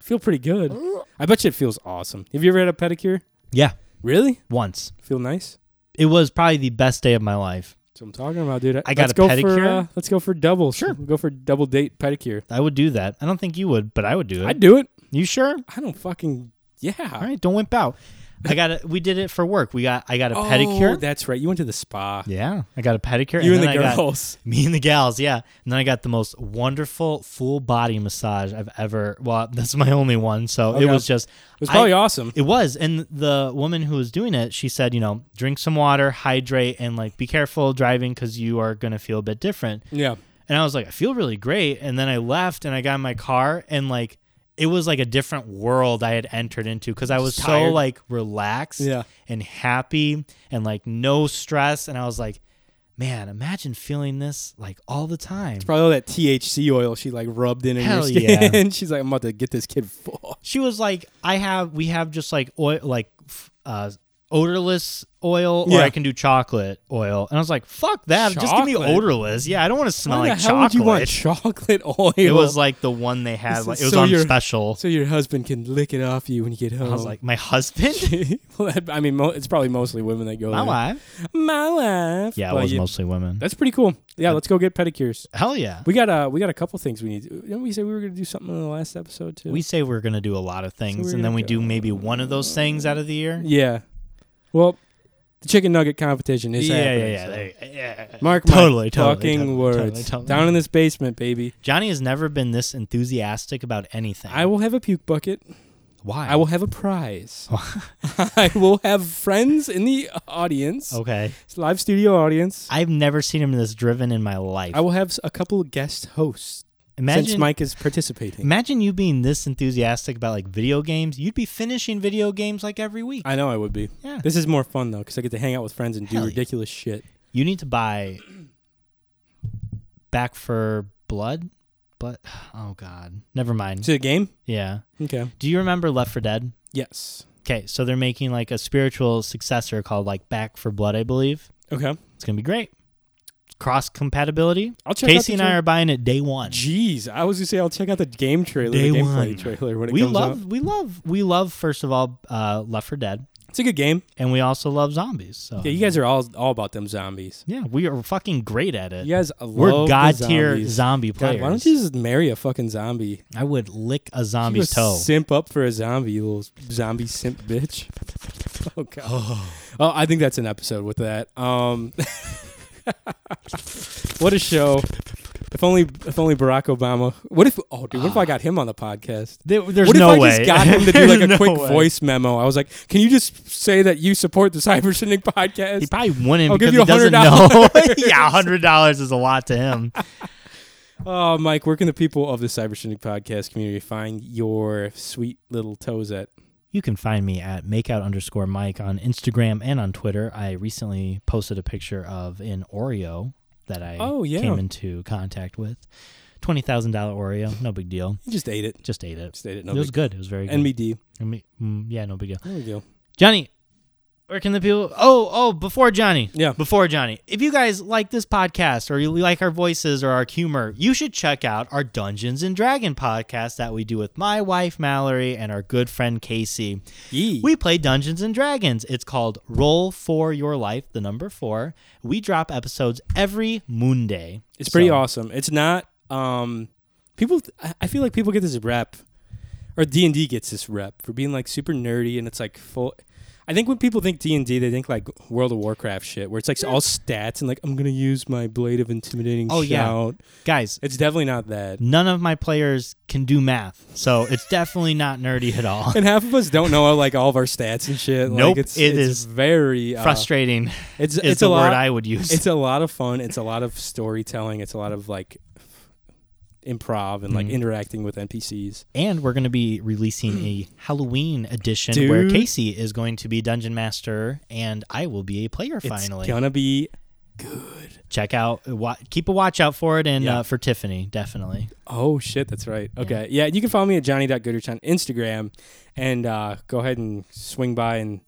Feel pretty good. I bet you it feels awesome. Have you ever had a pedicure?
Yeah,
Really?
once.
Feel nice?
It was probably the best day of my life.
That's what I'm talking about, dude.
I got
let's
a
go For,
pedicure.
uh, let's go for double. Sure. We'll go for double date pedicure.
I would do that. I don't think you would, but I would do it.
I'd do it.
you sure?
I don't fucking yeah.
All right, don't wimp out. I got a, we did it for work. We got I got a
Oh,
pedicure.
That's right. You went to the spa.
yeah, I got a pedicure.
You and,
then
the
I got-
girls.
me and the gals, yeah. And then I got the most wonderful full body massage I've ever. Well, that's my only one, so it
Okay.
was just.
It was probably
I-
awesome.
It was. And the woman who was doing it, she said, you know, drink some water, hydrate, and like be careful driving because you are going to feel a bit different.
Yeah.
And I was like, I feel really great. And then I left and I got in my car and like it was like a different world I had entered into because I was
Just
so
tired.
like relaxed
Yeah.
and happy and like no stress. And I was like, man, imagine feeling this like all the time.
Probably all that THC oil she like rubbed in in
Hell
your
yeah.
skin. She's like, I'm about to get this kid full.
she was like, I have, we have just like oil, like f- uh, odorless oil, or
Yeah.
I can do chocolate oil. And I was like, fuck that. Just give me
Chocolate?
odorless. Yeah, I don't want to smell
Why
like
the hell would
chocolate.
you want chocolate oil?
it was like the one they had.
This
Like,
is
it was
so
on
your-
special.
so your husband can lick it off you when you get home.
I was like, my husband?
well, that- I mean, mo- it's probably mostly women that go.
My
there.
wife?
my wife.
Yeah, it
But
was mostly women.
That's pretty cool. Yeah, let's go get pedicures.
Hell yeah.
We got uh, we got a couple things we need. Didn't we say we were gonna do something in the last episode too?
We say we're going to do a lot of things,
we're
and then
gonna
we
go-
do maybe one of those things out of the year.
yeah. Well, the chicken nugget competition is
yeah, yeah,
happening.
yeah,
so.
there- yeah, yeah.
Mark
Totally,
my
totally,
fucking
totally,
words.
totally, totally.
Down in this basement, baby.
Johnny has never been this enthusiastic about anything.
I will have a puke bucket.
Why?
I will have a prize. I will have friends in the audience,
Okay.
live studio audience.
I've never seen him this driven in my life.
I will have s- a couple of guest hosts
imagine,
since Mike is participating.
imagine you being this enthusiastic about like video games. You'd be finishing video games like every week.
I know I would be.
Yeah.
This is more fun though, because I get to hang out with friends and do
Hell yeah.
ridiculous shit.
you need to buy Back for Blood, but oh god, never mind.
Is it a game?
Yeah.
Okay.
Do you remember Left for Dead?
Yes.
Okay, so they're making like a spiritual successor called like Back for Blood, I believe.
Okay.
It's gonna be great. Cross compatibility.
I'll check out
Casey
the
and I
tra-
are buying it day one.
Jeez, I was gonna say I'll check out the game trailer,
Day
the gameplay
one.
trailer when it
we
comes
love,
out.
we love, we love. First of all, uh, Left for Dead,
It's a good game.
and we also love zombies. So
Yeah, you guys are all all about them zombies.
Yeah, we are fucking great at it.
You guys
We're
love the
god tier
zombies.
zombie
God,
players.
why don't you just marry a fucking zombie?
I would lick a
You a
zombie's toe.
Simp up for a zombie, you little zombie simp bitch. Oh god. Oh. I think that's an episode with that. Um, what a show. If only, if only Barack Obama. What if? Oh, dude, what
Ah.
if I got him on the podcast?
There- there's
what if
no
I
way.
just got him to do
There's
like a
no
quick
way.
voice memo? I was like, "Can you just say that you support the Cybersonic podcast?"
He probably wouldn't
I'll
because
give you
he doesn't know.
$100.
yeah, hundred dollars is a lot to him.
oh, Mike, where can the people of the Cybersonic podcast community find your sweet little toes at?
You can find me at makeout underscore Mike on Instagram and on Twitter. I recently posted a picture of an Oreo that I
Oh, yeah.
came into contact with. Twenty thousand dollar Oreo, no big deal.
You just ate it.
Just ate it.
Just ate it. No
it was
big-
good. It was very good.
NBD.
And me- mm, yeah, no big deal.
There we go.
Johnny, where can the people? Oh, oh, before Johnny.
Yeah.
Before Johnny. If you guys like this podcast or you like our voices or our humor, you should check out our Dungeons and Dragon podcast that we do with my wife, Mallory, and our good friend, Casey.
Yee.
We play Dungeons and Dragons. It's called Roll for Your Life, the number four. We drop episodes every Monday.
It's pretty
So-
awesome. It's not um people I- I feel like people get this rep or D&D gets this rep for being like super nerdy and it's like full I think when people think D&D they think like World of Warcraft shit where it's like all stats and like I'm going to use my blade of intimidating
Oh,
shout.
yeah. Guys,
It's definitely not that.
none of my players can do math, so it's definitely not nerdy at all.
And half of us don't know like all of our stats and shit.
Nope,
like, it's,
it
it's
is
very uh,
Frustrating
It's
is
it's
the
a lot,
word I would use.
it's a lot of fun. It's a lot of storytelling. It's a lot of like improv and like
Mm-hmm.
interacting with NPCs.
And we're going to be releasing a Halloween edition where
Mm. Dude.
Casey is going to be dungeon master and I will be a player finally.
It's gonna be
Check out, wa- keep a watch out for it and
Yeah.
uh, for Tiffany, definitely.
Oh shit, that's right. Okay. Yeah, you can follow me at Johnny.Goodrich on Instagram and uh, go ahead and swing by and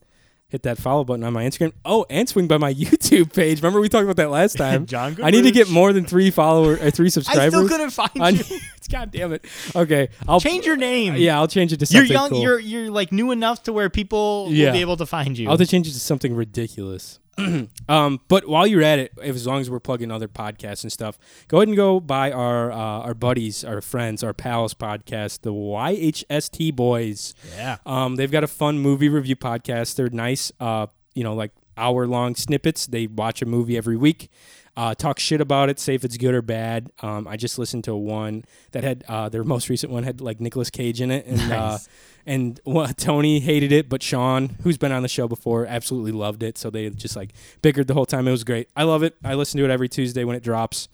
hit that follow button on my Instagram. Oh, and swing by my YouTube page. Remember we talked about that last time.
John
I need to get
Goodrich.
more than three follower or three subscribers.
couldn't find
on-
you.
God damn it. Okay. I'll
Change your name.
Yeah, I'll change it to something.
You're young,
cool.
you're you're like new enough to where people
Yeah.
will be able to find you.
I'll have to change it to something ridiculous. um, but while you're at it, if, as long as we're plugging other podcasts and stuff, go ahead and go buy our uh, our buddies, our friends, our pals podcast, the YHST Boys.
yeah.
Um, they've got a fun movie review podcast. They're nice, uh, you know, like hour long snippets. They watch a movie every week, uh, talk shit about it, say if it's good or bad. Um, I just listened to one that had uh, their most recent one had like Nicolas Cage in it, and uh,
Nice.
and well, Tony hated it, but Sean, who's been on the show before, absolutely loved it. So they just like bickered the whole time. It was great. I love it. I listen to it every Tuesday when it drops.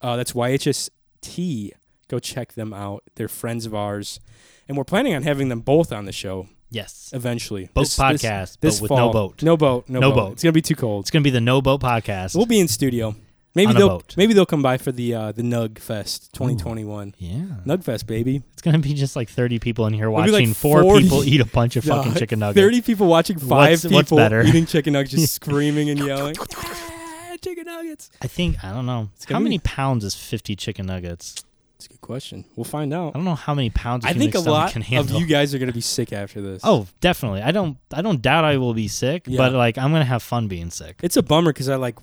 Uh, that's YHST Go check them out. They're friends of ours, and we're planning on having them both on the show
Yes.
eventually.
Boat
This- this-
podcast,
this
but with
fall.
no boat.
No boat. No,
No
boat.
boat.
It's gonna be too cold.
It's going to be the No Boat Podcast.
We'll be in studio. Maybe
On a
they'll
boat.
maybe they'll come by for the uh, the Nug Fest 2021.
yeah.
Nug Fest, baby.
It's going to be just like 30 people in here
It'll be
watching
like
four
40
people eat a bunch of fucking
Uh,
chicken nuggets.
Thirty people watching, five
What's-
people
what's better?
eating chicken nuggets, just screaming and yelling. "Ah, chicken nuggets.
I think, I don't know.
gonna
How
be-
many pounds is 50 chicken nuggets?
That's a good question. We'll find out.
I don't know how many pounds a
I think a
human stomach
lot
can
of
handle.
you guys are gonna be sick after this.
Oh, definitely. I don't. I don't doubt I will be sick,
Yeah.
but like I'm gonna have fun being sick.
it's a bummer because I like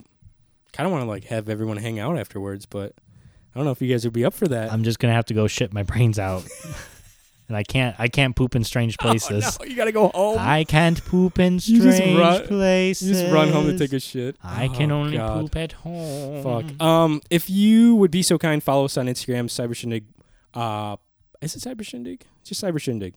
kind of want to like have everyone hang out afterwards, but I don't know if you guys would be up for that.
I'm just gonna have to go shit my brains out, and I can't. I can't poop in strange
oh,
places.
no, you gotta go home.
I can't poop in
You
strange
just run-
places.
you just run home to take a shit.
I can
Oh,
only
God.
poop at home.
Fuck. Um, if you would be so kind, follow us on Instagram, Cyber Shindig. Uh, is it Cyber Shindig? It's just Cyber Shindig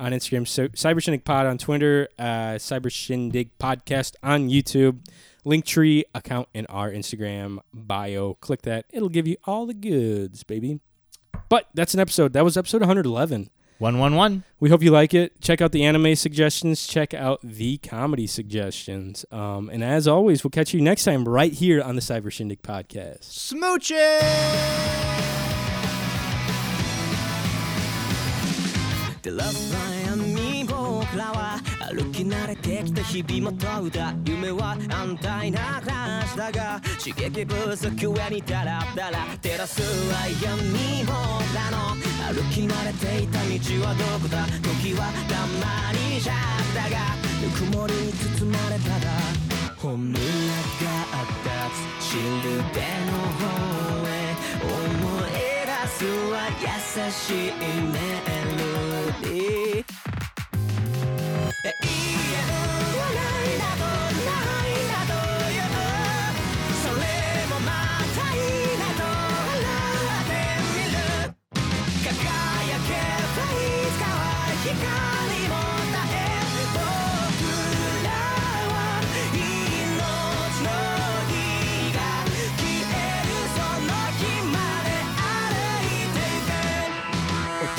on Instagram. So Cyber Shindig Pod on Twitter. Uh, Cyber Shindig Podcast on YouTube. Linktree account in our Instagram bio. Click that. It'll give you all the goods, baby. But that's an episode. That was episode 111.
One one one.
We hope you like it. Check out the anime suggestions. Check out the comedy suggestions. Um, and as always, we'll catch you next time right here on the Cyber Shindig Podcast.
The love sign に僕らは歩き慣れてきた日々も問うた夢は安泰な暮らしだが刺激不足上にダラダラ照らすは闇僕らの歩き慣れていた道はどこだ時はたまにじゃだがぬくもりに包まれたら本音が立つシルベの方へ思い出すは優しいメロディー「永遠はないなどないなどよ」「それもまたいいなと笑ってみる」「輝けばいつかは光も絶え」「僕らは命の火が消えるその日まで歩いていく」音が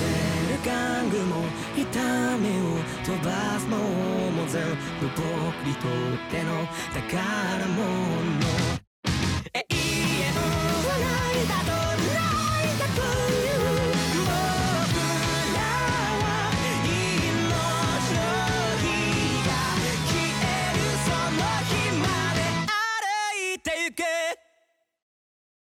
出る玩具も痛みを飛ばすのも全部僕にとっての宝物